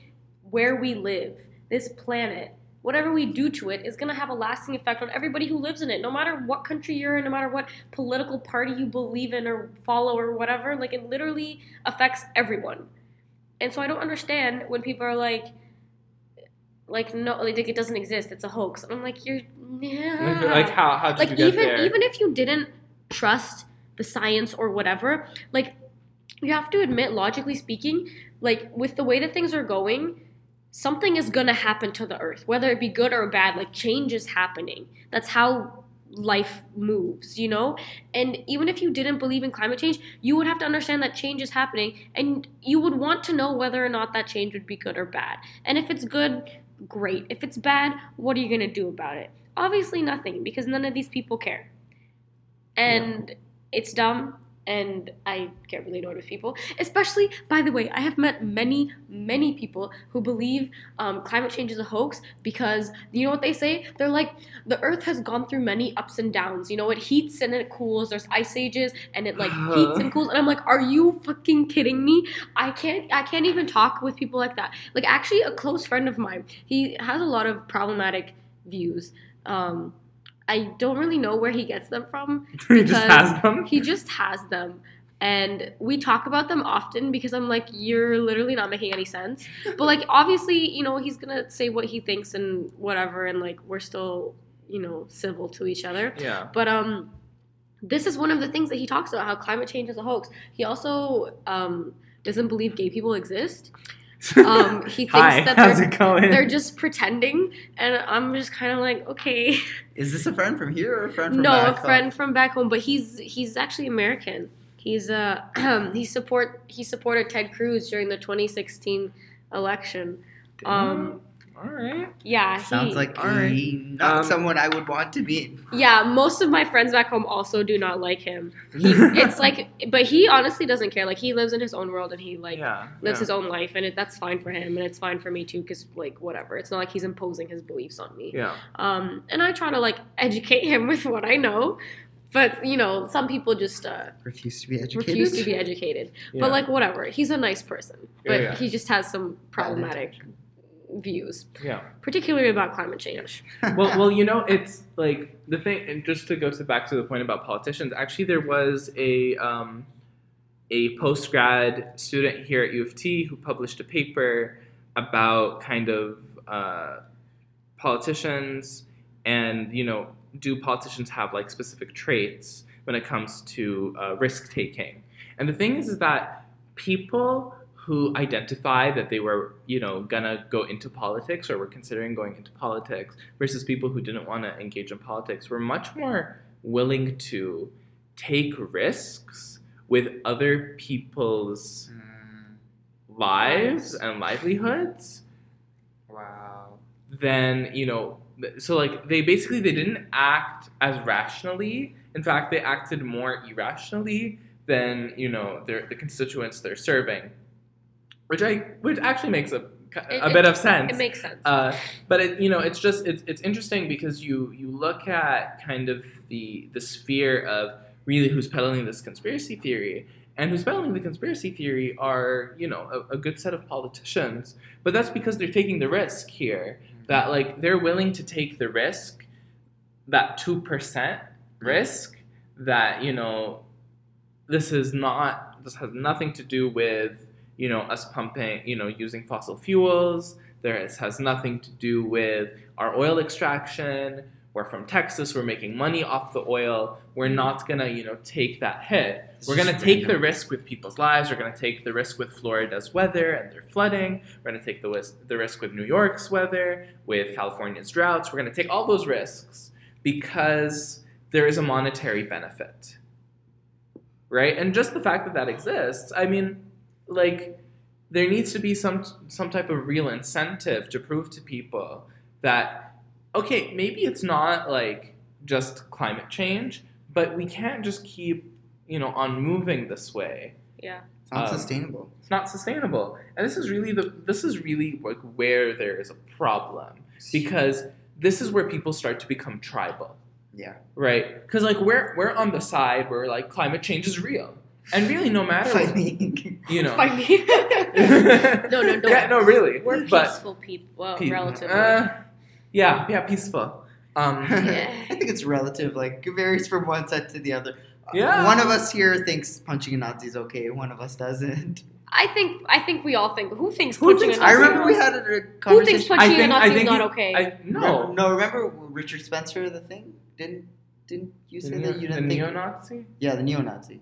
S3: where we live, this planet. Whatever we do to it is going to have a lasting effect on everybody who lives in it, no matter what country you're in, no matter what political party you believe in or follow or whatever. Like, it literally affects everyone. And so I don't understand when people are like, like no, like it doesn't exist. It's a hoax. And I'm like, you're
S1: Like, like how how did
S3: like
S1: you get
S3: even
S1: there?
S3: even if you didn't trust the science or whatever like you have to admit logically speaking like with the way that things are going something is going to happen to the earth whether it be good or bad like change is happening that's how life moves you know and even if you didn't believe in climate change you would have to understand that change is happening and you would want to know whether or not that change would be good or bad and if it's good great if it's bad what are you going to do about it obviously nothing because none of these people care and it's dumb and i get really annoyed with people especially by the way i have met many many people who believe um, climate change is a hoax because you know what they say they're like the earth has gone through many ups and downs you know it heats and it cools there's ice ages and it like heats and cools and i'm like are you fucking kidding me i can't i can't even talk with people like that like actually a close friend of mine he has a lot of problematic views um, i don't really know where he gets them from
S1: he just
S3: because
S1: has them.
S3: he just has them. And we talk about them often because I'm like, you're literally not making any sense. But like, obviously, you know, he's gonna say what he thinks and whatever, and like, we're still, you know, civil to each other.
S1: Yeah.
S3: But um, this is one of the things that he talks about how climate change is a hoax. He also um, doesn't believe gay people exist. Um, he thinks
S1: Hi,
S3: that
S1: how's
S3: they're,
S1: it going?
S3: they're just pretending, and I'm just kind of like, okay,
S2: Is this a friend from here or a friend from
S3: no,
S2: back
S3: a
S2: home?
S3: friend from back home, but he's he's actually American. He's uh he support he supported Ted Cruz during the 2016 election. Um,
S1: All right.
S3: yeah,
S2: Sounds
S3: he-
S2: like
S1: Alright.
S2: he- not
S1: Um,
S2: someone I would want to be.
S3: yeah. Most of my friends back home also do not like him. He, it's like, but he honestly doesn't care. Like he lives in his own world and he like
S1: yeah.
S3: lives
S1: yeah.
S3: his own life, and it, that's fine for him, and it's fine for me too, because like whatever. It's not like he's imposing his beliefs on me.
S1: Yeah.
S3: Um, and I try to like educate him with what I know, but you know, some people just uh.
S2: Refuse to be educated.
S3: refused to be educated.
S1: yeah.
S3: But like whatever, he's a nice person,
S1: Yeah,
S3: but
S1: yeah.
S3: he just has some problematic views,
S1: Yeah.
S3: particularly about climate change.
S1: well, well, you know, it's like the thing, and just to go to back to the point about politicians. Actually, there was a um, a post grad student here at U of T who published a paper about kind of uh, politicians and you know, do politicians have like specific traits when it comes to uh, risk taking? And the thing is, is that people who identify that they were, you know, gonna go into politics or were considering going into politics versus people who didn't want to engage in politics were much more willing to take risks with other people's Hmm, lives and livelihoods
S2: Wow.
S1: than you know th- so like they basically they didn't act as rationally in fact they acted more irrationally than you know their the constituents they're serving which i which actually makes a a
S3: It-
S1: bit of sense
S3: It makes sense.
S1: uh, but it, you know, it's just it's, it's interesting because you you look at kind of the the sphere of really who's peddling this conspiracy theory. And who's peddling the conspiracy theory are, you know, a, a good set of politicians. But that's because they're taking the risk here. That like they're willing to take the risk, that two percent risk, that you know, this is not this has nothing to do with you know us pumping, you know, using fossil fuels. This has nothing to do with our oil extraction. We're from Texas. We're making money off the oil. We're not gonna, you know, take that hit.
S2: It's
S1: We're
S2: just
S1: gonna take the
S2: random.
S1: risk with people's lives. We're gonna take the risk with Florida's weather and their flooding. We're gonna take the risk, the risk with New York's weather, with California's droughts. We're gonna take all those risks because there is a monetary benefit, right? And just the fact that that exists, I mean, like there needs to be some some type of real incentive to prove to people that okay maybe it's not like just climate change but we can't just keep you know on moving this way
S3: Yeah.
S2: It's not
S1: Um,
S2: sustainable.
S1: it's not sustainable and this is really the this is really like where there is a problem because this is where people start to become tribal
S2: yeah,
S1: right because like we're we're on the side where like climate change is real and really no
S2: I
S1: matter
S2: think
S1: you know
S3: Find me. no, no, no.
S1: yeah no really
S3: We're
S1: but
S3: peaceful people, well,
S1: Pe-
S3: relatively.
S1: Uh, yeah, yeah, peaceful. Um,
S3: Yeah.
S2: I think it's relative. Like it varies from one set to the other. Uh,
S1: Yeah.
S2: One of us here thinks punching a Nazi is okay. One of us doesn't.
S3: I think I think we all think who thinks
S1: Who
S3: punching
S1: thinks-
S3: a
S2: I
S3: Nazi-
S2: remember we had a
S3: who
S2: conversation.
S3: thinks punching
S1: I think-
S3: a Nazi
S1: I
S3: is
S1: think
S3: not
S1: you-
S3: okay.
S1: I
S2: Remember-
S1: no.
S2: no. Remember Richard Spencer, the thing? Didn't didn't you say
S1: The
S2: that you
S1: neo- the
S2: didn't think?
S1: neo-Nazi?
S2: yeah, the neo-Nazi.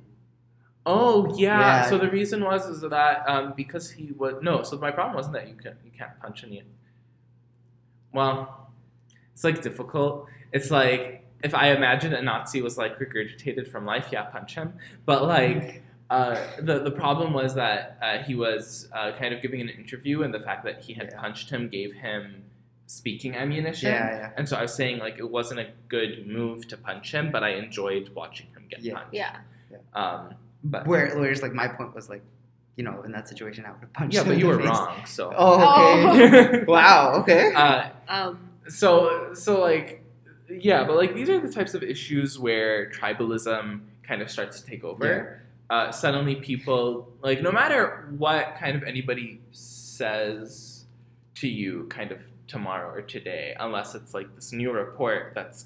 S1: Oh yeah.
S2: Yeah.
S1: So the reason was is that um, because he was no. So my problem wasn't that you can you can't punch a neo. Well, it's like difficult. It's like if I imagine a Nazi was like regurgitated from life, yeah, punch him. But
S2: Mm-hmm.
S1: like uh, the the problem was that uh, he was uh, kind of giving an interview, and the fact that he had
S2: Yeah.
S1: punched him gave him speaking ammunition.
S2: Yeah,
S1: And so I was saying like it wasn't a good move to punch him, but I enjoyed watching him get
S2: Yeah.
S1: punched.
S3: yeah.
S1: Um,
S2: yeah.
S1: but
S2: Where lawyers like my point was like, you know, in that situation, I would have punched.
S1: yeah,
S2: him
S1: but
S2: in
S1: you
S2: the
S1: were
S2: face.
S1: wrong. So
S2: Oh, okay. wow. Okay.
S1: uh,
S3: Um,
S1: so so like yeah, but like these are the types of issues where tribalism kind of starts to take over. Uh, suddenly, people like no matter what kind of anybody says to you, kind of tomorrow or today, unless it's like this new report that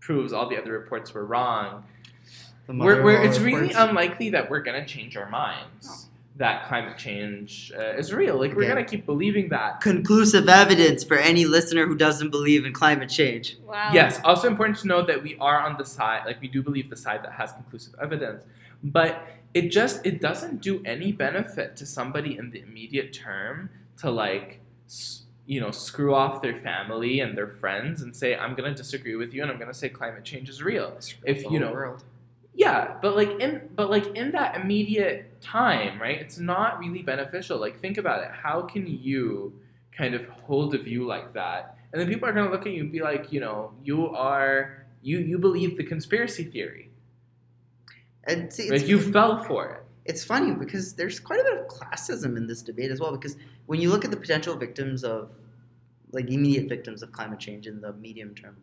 S1: proves all the other reports were wrong,
S2: The
S1: we're, we're,
S2: mother-in-law
S1: it's really
S2: reports.
S1: unlikely that we're going to change our minds that climate change uh, is real. Like, we're
S2: Yeah.
S1: going to keep believing that.
S2: conclusive evidence for any listener who doesn't believe in climate change.
S3: wow.
S1: Yes, also important to note that we are on the side, like, we do believe the side that has conclusive evidence. But it just, it doesn't do any benefit to somebody in the immediate term to, like, s- you know, screw off their family and their friends and say, I'm going to disagree with you and I'm going to say climate change is real. If, you know, Yeah, but like in but like in that immediate time, right? It's not really beneficial. Like think about it. How can you kind of hold a view like that? And then people are going to look at you and be like, you know, you are you you believe the conspiracy theory.
S2: and see, it's,
S1: Like you fell for it.
S2: it's funny because there's quite a bit of classism in this debate as well. Because when you look at the potential victims of, like immediate victims of climate change in the medium term,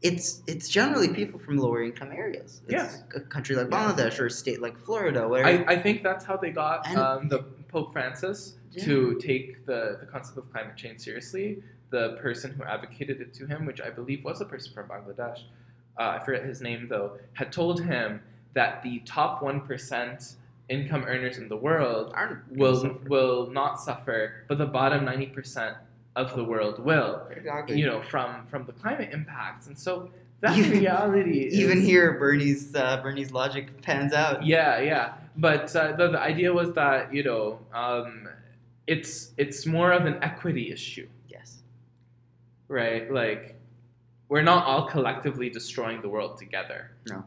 S2: it's it's generally people from lower income areas. It's
S1: Yes.
S2: a country like
S1: Yes.
S2: Bangladesh or a state like Florida, where
S1: I, I think that's how they got
S2: And-
S1: um, the Pope Francis
S2: Yeah.
S1: to take the, the concept of climate change seriously. The person who advocated it to him, which I believe was a person from Bangladesh, uh, I forget his name though, had told him that the top 1% income earners in the world
S2: aren't
S1: will, will not suffer, but the bottom 90% of the world will,
S2: exactly.
S1: you know, from, from the climate impacts. And so that
S2: Even-
S1: reality
S2: even
S1: is,
S2: here, Bernie's uh, Bernie's logic pans out.
S1: yeah, yeah. But uh, the, the idea was that you know, um, it's it's more of an equity issue,
S2: Yes.
S1: right? Like, we're not all collectively destroying the world together.
S2: No.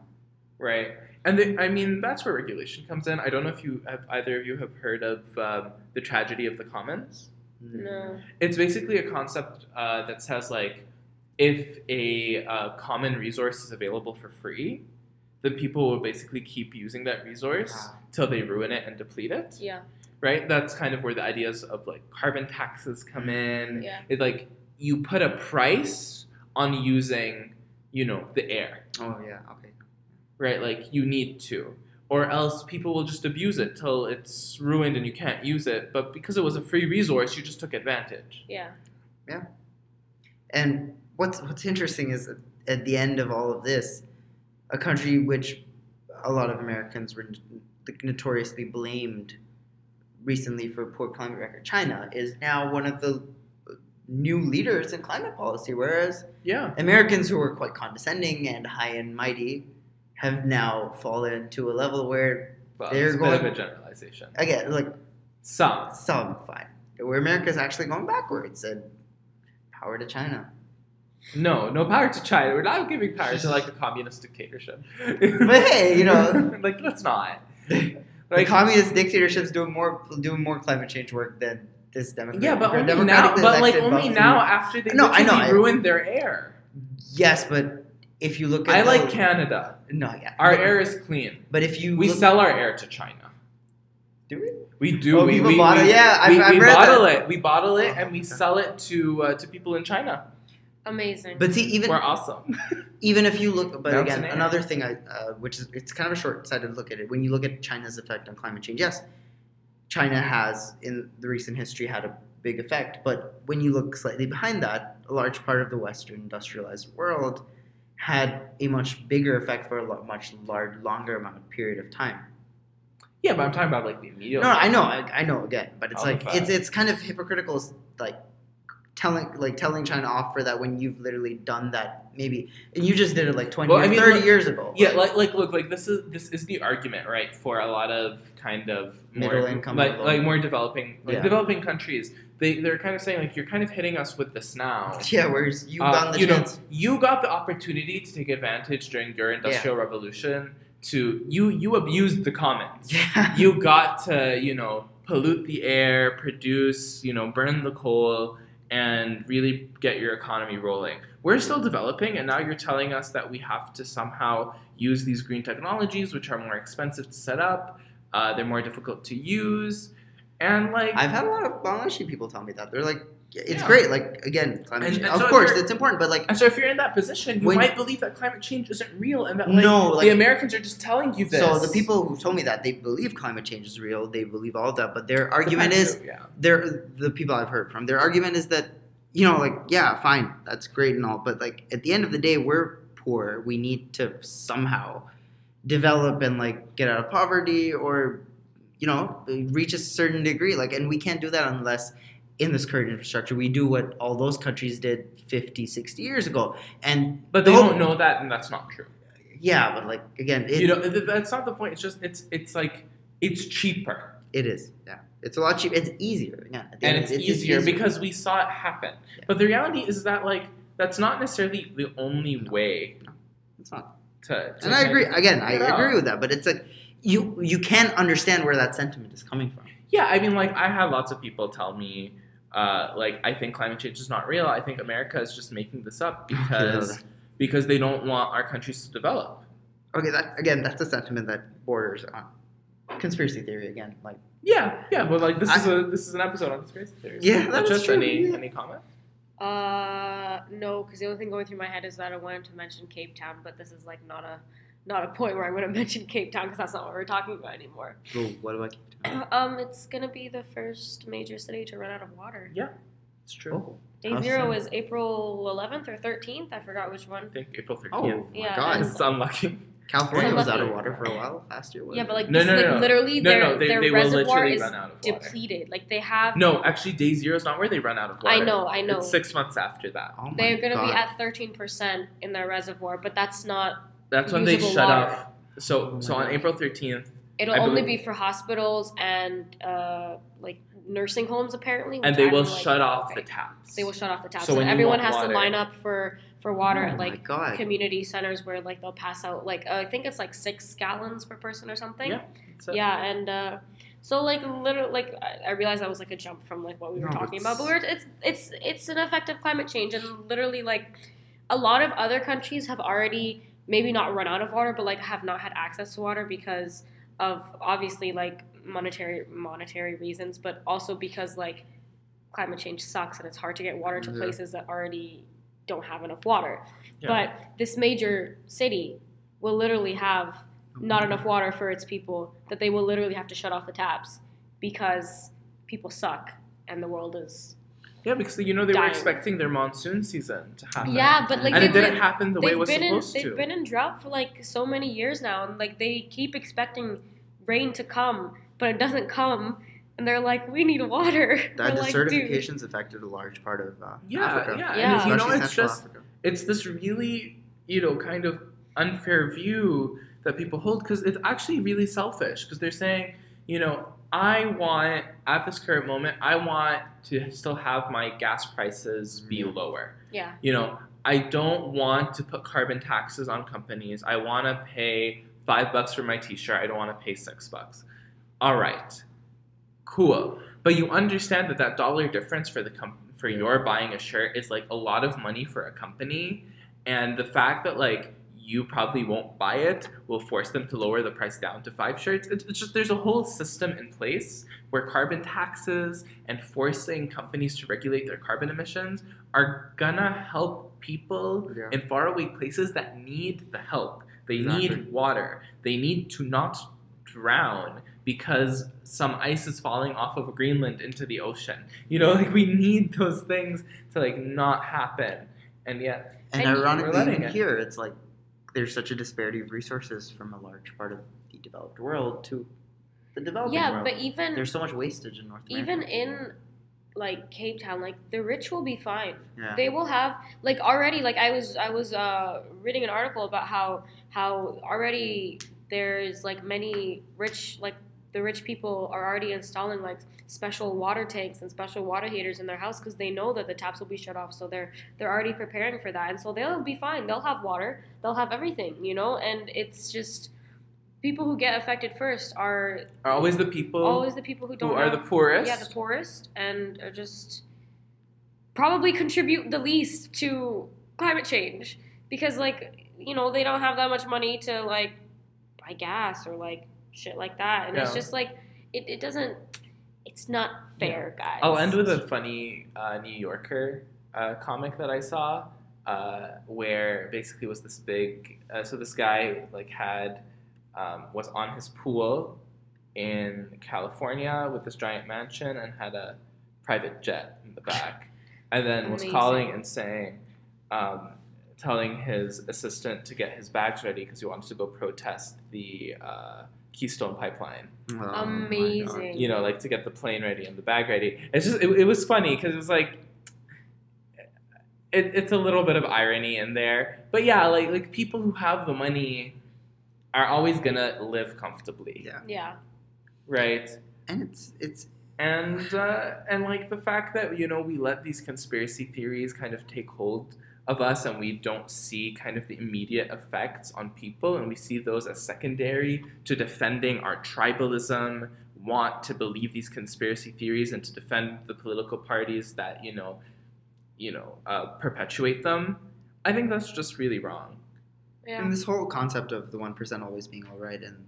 S1: Right. And the, I mean, that's where regulation comes in. I don't know if you have either of you have heard of um, the tragedy of the commons.
S2: Mm.
S3: No.
S1: It's basically a concept uh, that says like, if a uh, common resource is available for free, then people will basically keep using that resource
S2: Ah.
S1: till they ruin it and deplete it
S3: Yeah.
S1: right that's kind of where the ideas of like carbon taxes come in
S3: Yeah.
S1: it like you put a price on using you know the air
S2: Oh yeah. Okay.
S1: right? Like you need to, or else people will just abuse it till it's ruined and you can't use it. But because it was a free resource, you just took advantage.
S3: Yeah.
S2: And what's what's interesting is at- at the end of all of this, a country which a lot of Americans were notoriously blamed recently for a poor climate record, China is now one of the uh, new leaders in climate policy, whereas
S1: Yeah.
S2: Americans who were quite condescending and high and mighty have now fallen to a level where
S1: Well,
S2: They're
S1: it's a bit of
S2: going-
S1: a generalization.
S2: again, like
S1: Some.
S2: some fine, where America's actually going backwards and power to China.
S1: No, no power to China. We're not giving power to like a communist dictatorship.
S2: But hey, you know.
S1: like let's not.
S2: Like
S1: Like
S2: communist dictatorships doing more doing more climate change work than this Democrat.
S1: yeah, but only now.
S2: democratically
S1: But like
S2: elected
S1: only
S2: Buffalo.
S1: now after they
S2: No, I know,
S1: literally
S2: I-
S1: ruined their air.
S2: Yes, but if you look at
S1: I like
S2: the-
S1: Canada.
S2: no, yeah,
S1: Our
S2: but,
S1: air is clean.
S2: But if you
S1: We
S2: look,
S1: sell our air to China.
S2: do we?
S1: We do.
S2: Oh,
S1: we,
S2: people
S1: we,
S2: bottle-
S1: we-
S2: yeah, I've-
S1: we,
S2: I've
S1: we
S2: read
S1: bottle it. We bottle it and we
S2: Okay.
S1: sell it to uh, to people in China.
S3: Amazing.
S2: But see, even
S1: We're awesome.
S2: even if you look, but
S1: Mountain
S2: again,
S1: air.
S2: another thing I, uh, which is it's kind of a short-sighted look at it. When you look at China's effect on climate change, yes, China has in the recent history had a big effect, but when you look slightly behind that, a large part of the Western industrialized world had a much bigger effect for a lo- much large, longer amount of period of time.
S1: Yeah, but I'm talking about like the immediate.
S2: No, I know, I, I know again, but it's
S1: Oh,
S2: like
S1: fair.
S2: it's it's kind of hypocritical, like telling like telling China off for that when you've literally done that maybe and you just did it like 20
S1: Well,
S2: or
S1: I mean,
S2: 30
S1: look-
S2: years ago
S1: Yeah, like like look, like this is this is the argument, right, for a lot of kind of more
S2: Middle income
S1: like
S2: level.
S1: like more developing like
S2: Yeah.
S1: developing countries. They they're kind of saying like you're kind of hitting us with this now.
S2: Yeah, whereas you
S1: Uh,
S2: got the
S1: you know,
S2: chance.
S1: you got the opportunity to take advantage during your industrial revolution. To you, you abused the commons.
S2: Yeah.
S1: you got to you know pollute the air, produce you know burn the coal, and really get your economy rolling. We're still developing, and now you're telling us that we have to somehow use these green technologies, which are more expensive to set up. Uh, they're more difficult to use, and like
S2: I've had a lot of Bangladeshi people tell me that. They're like, yeah, it's
S1: Yeah.
S2: great. Like, again, climate
S1: And-
S2: change.
S1: and
S2: of
S1: so if
S2: course,
S1: you're-
S2: it's important, but like,
S1: And so, if you're in that position, you
S2: When-
S1: might believe that climate change isn't real and that like,
S2: No, like-
S1: the Americans are just telling you this.
S2: so the people who told me that, they believe climate change is real. They believe all of that. But their
S1: Depends
S2: argument is,
S1: who, yeah.
S2: their the people I've heard from, their argument is that, you know, like, yeah, fine, that's great and all. But like, at the end of the day, we're poor. We need to somehow develop and like get out of poverty or, you know, reach a certain degree. Like, and we can't do that unless in this current infrastructure we do what all those countries did 50 60 years ago and
S1: but they
S2: the whole-
S1: don't know that, and that's not true.
S2: yeah but like again it,
S1: you know, th- that's not the point. It's just it's it's like it's cheaper
S2: it is yeah it's a lot cheaper it's easier yeah at the
S1: and it's,
S2: end,
S1: easier because we saw it happen. But the reality is that like that's not necessarily the only way
S2: it's not
S1: to. to
S2: and i
S1: kind
S2: agree
S1: of-
S2: again i
S1: Yeah.
S2: agree with that but it's like you you can understand where that sentiment is coming from
S1: Yeah, I mean, like I had lots of people tell me. Uh, like I think climate change is not real. I think America is just making this up because because they don't want our countries to develop.
S2: okay that again that's a sentiment that borders on conspiracy theory again like
S1: Yeah, yeah, but like this
S2: I-
S1: is a this is an episode on conspiracy theories.
S2: Yeah,
S1: Uh,
S2: that's
S1: just
S2: true,
S1: any
S2: yeah.
S1: any comment.
S3: Uh, no, because the only thing going through my head is that I wanted to mention Cape Town, but this is like not a not a point where I want to mention Cape Town because that's not what we're talking about anymore.
S2: well, what do i keep telling
S3: um, it's gonna be the first major city to run out of water.
S1: It's
S2: Oh.
S1: true.
S3: Day
S2: How
S3: zero
S2: soon?
S3: is April 11th or 13th. I forgot which one.
S1: I think April
S2: oh
S1: thirteenth.
S2: my
S3: Yeah,
S2: god
S1: This is unlucky.
S2: california
S3: So
S2: was out of
S1: lucky.
S2: water for a while last year wasn't
S3: Yeah, but
S2: it?
S3: like
S1: No,
S3: this,
S1: no,
S3: like
S1: no.
S3: literally
S1: No,
S3: their
S1: no, they,
S3: their
S1: they will
S3: reservoir
S1: literally
S3: is
S1: run out of water.
S3: depleted. Like they have.
S1: No, actually, day zero is not where they run out of water.
S3: I know, I know.
S1: It's six months after that.
S2: oh my
S3: They're gonna
S2: god.
S3: be at 13% in their reservoir, but that's not.
S1: That's when they
S3: Usable
S1: shut
S3: water.
S1: off. So
S2: Oh my
S1: so on
S2: God.
S1: April thirteenth,
S3: It'll
S1: I
S3: only
S1: believe-
S3: be for hospitals and uh, like nursing homes apparently.
S1: and
S3: which
S1: they
S3: I'm
S1: will
S3: like,
S1: shut off
S3: okay.
S1: the taps.
S3: They will shut off the taps,
S1: So
S3: so
S1: when
S3: and
S1: you
S3: everyone
S1: want
S3: has
S1: water-
S3: to line up for for
S2: oh
S3: water at
S2: my
S3: like
S2: god.
S3: community centers where like they'll pass out like uh, I think it's like six gallons per person or something.
S1: Yeah, that's it.
S3: Yeah, and uh, so like literally, like I I realized that was like a jump from like what we were
S2: No, it's-
S3: talking about, but we're, it's it's it's an effect of climate change, and literally like a lot of other countries have already maybe not run out of water, but like have not had access to water because of obviously like monetary monetary reasons, but also because like climate change sucks and it's hard to get water to
S2: Yeah.
S3: places that already don't have enough water.
S1: Yeah.
S3: But this major city will literally have not enough water for its people that they will literally have to shut off the taps because people suck and the world is
S1: Yeah, because you know they were
S3: Dying.
S1: expecting their monsoon season to happen.
S3: yeah but like
S1: and it
S3: they've
S1: didn't
S3: been,
S1: happen the way it
S3: they've
S1: was
S3: been in
S1: supposed
S3: they've
S1: to.
S3: been in drought for like so many years now and like they keep expecting rain to come but it doesn't come and they're like we need water We're
S2: That
S3: like, "Dude."
S2: desertifications affected a large part of uh,
S1: yeah,
S2: Africa.
S1: yeah,
S3: Yeah.
S1: And you know,
S2: especially
S1: it's
S2: Central
S1: just
S2: Africa.
S1: it's this really you know kind of unfair view that people hold because it's actually really selfish because they're saying you know i want at this current moment i want to still have my gas prices be
S2: Mhm.
S1: lower
S3: yeah
S1: you know i don't want to put carbon taxes on companies i want to pay five bucks for my t-shirt i don't want to pay six bucks all right cool but you understand that that dollar difference for the com- for your buying a shirt is like a lot of money for a company and the fact that like you probably won't buy it will force them to lower the price down to five shirts it's, it's just there's a whole system in place where carbon taxes and forcing companies to regulate their carbon emissions are gonna help people
S2: Yeah.
S1: in faraway places that need the help they
S2: Exactly.
S1: need water they need to not drown because some ice is falling off of Greenland into the ocean. You know, like we need those things to like not happen. And yet,
S2: And,
S3: And we're
S2: ironically,
S1: letting
S2: even
S1: it.
S2: here, it's like there's such a disparity of resources from a large part of the developed world to the developing
S3: yeah
S2: world.
S3: but even
S2: there's so much wastage in North America.
S3: even in like Cape Town, like the rich will be fine.
S2: yeah.
S3: They will have like already like I was I was uh, reading an article about how how already there's like many rich like the rich people are already installing like special water tanks and special water heaters in their house because they know that the taps will be shut off so they're they're already preparing for that and so they'll be fine they'll have water they'll have everything you know and it's just people who get affected first are
S1: are always the people
S3: always the people who don't
S1: who are
S3: have-
S1: the poorest.
S3: yeah, the poorest, and are just probably contribute the least to climate change because, like, you know, they don't have that much money to like buy gas or like shit like that, and it's
S1: Yeah.
S3: just like it, it doesn't. It's not fair, guys.
S1: I'll end with a funny uh, New Yorker uh, comic that I saw, uh, where basically was this big. Uh, so this guy like had um, was on his pool in California with this giant mansion and had a private jet in the back, and then was
S3: Amazing.
S1: calling and saying. Um, Telling his assistant to get his bags ready because he wanted to go protest the uh, Keystone Pipeline
S2: Oh my God.
S3: Amazing.
S1: you know, like to get the plane ready and the bag ready. It's just, it, it was funny because it was like, it, it's a little bit of irony in there. But yeah, like, like people who have the money are always gonna live comfortably,
S2: Yeah.
S3: Yeah,
S1: right?
S2: And it's it's
S1: And uh, and like the fact that you know we let these conspiracy theories kind of take hold of us, and we don't see kind of the immediate effects on people, and we see those as secondary to defending our tribalism, want to believe these conspiracy theories, and to defend the political parties that you know, you know, uh, perpetuate them. I think that's just really wrong.
S3: yeah.
S2: and this whole concept of the one percent always being all right and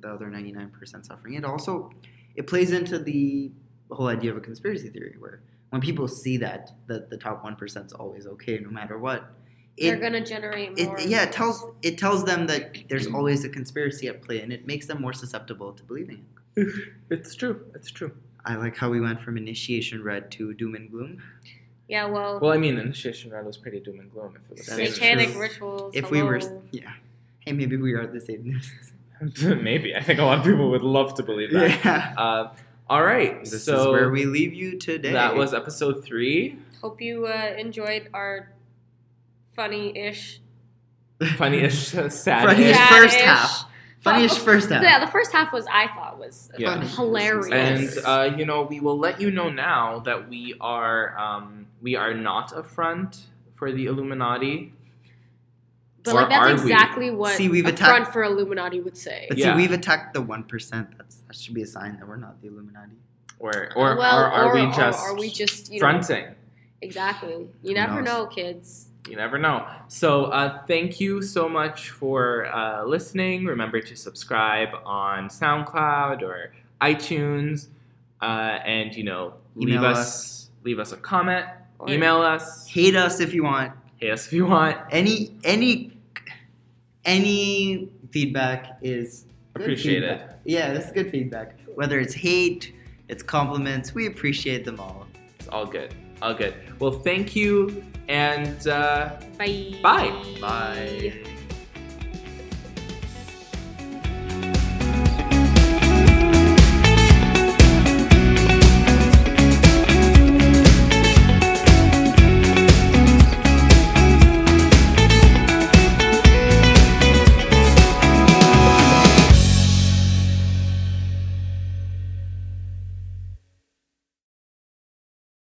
S2: the other ninety nine percent suffering. It also it plays into the whole idea of a conspiracy theory where when people see that that the top one percent is always okay no matter what,
S3: They're
S2: it
S3: gonna generate more.
S2: it, yeah, it tells it tells them that there's always a conspiracy at play, and it makes them more susceptible to believing it.
S1: It's true. It's true.
S2: I like how we went from initiation red to doom and gloom.
S3: Yeah, well,
S1: Well, I mean, initiation red was pretty doom and gloom. If it was
S2: That's
S3: satanic
S2: true.
S3: rituals.
S2: If we were,
S3: hello.
S2: yeah, hey, maybe we are the Satanists.
S1: Maybe. I think a lot of people would love to believe that.
S2: yeah,
S1: Uh, all right.
S2: this
S1: so
S2: is where we leave you today.
S1: that was episode three.
S3: hope you uh, enjoyed our funny-ish,
S1: Funny-ish,
S2: Funny-ish.
S1: sad-ish.
S2: first
S3: sad-ish-
S2: half. funniest first half.
S3: Yeah, the first half was I thought was
S1: Yeah.
S2: Funny.
S3: hilarious.
S1: And uh, you know, we will let you know now that we are um, we are not a front for the Illuminati.
S3: but
S1: or
S3: like that's
S1: are we?
S3: exactly what
S2: See, we've
S3: a
S2: attacked-
S3: front for Illuminati would say.
S2: But
S1: Yeah.
S2: see, we've attacked the one percent. That's that should be a sign that we're not the Illuminati.
S1: Or or,
S3: well,
S1: or are
S3: or-
S1: we
S3: or
S1: just
S3: are we just, you know-
S1: fronting?
S3: exactly. You never
S2: knows?
S3: know, kids.
S1: You never know. So, uh, thank you so much for uh, listening. Remember to subscribe on SoundCloud or iTunes, uh, and you know, leave
S2: Email
S1: us,
S2: us.
S1: leave us a comment,
S3: Or-
S1: email us,
S2: Hate us if you want.
S1: hate us if you want.
S2: Any any any feedback is good
S1: Appreciate it.
S2: feedback. Yeah, this is good feedback. Whether it's hate, it's compliments, we appreciate them all.
S1: It's all good. All good. Well, thank you, and uh,
S3: Bye.
S1: Bye.
S2: Bye.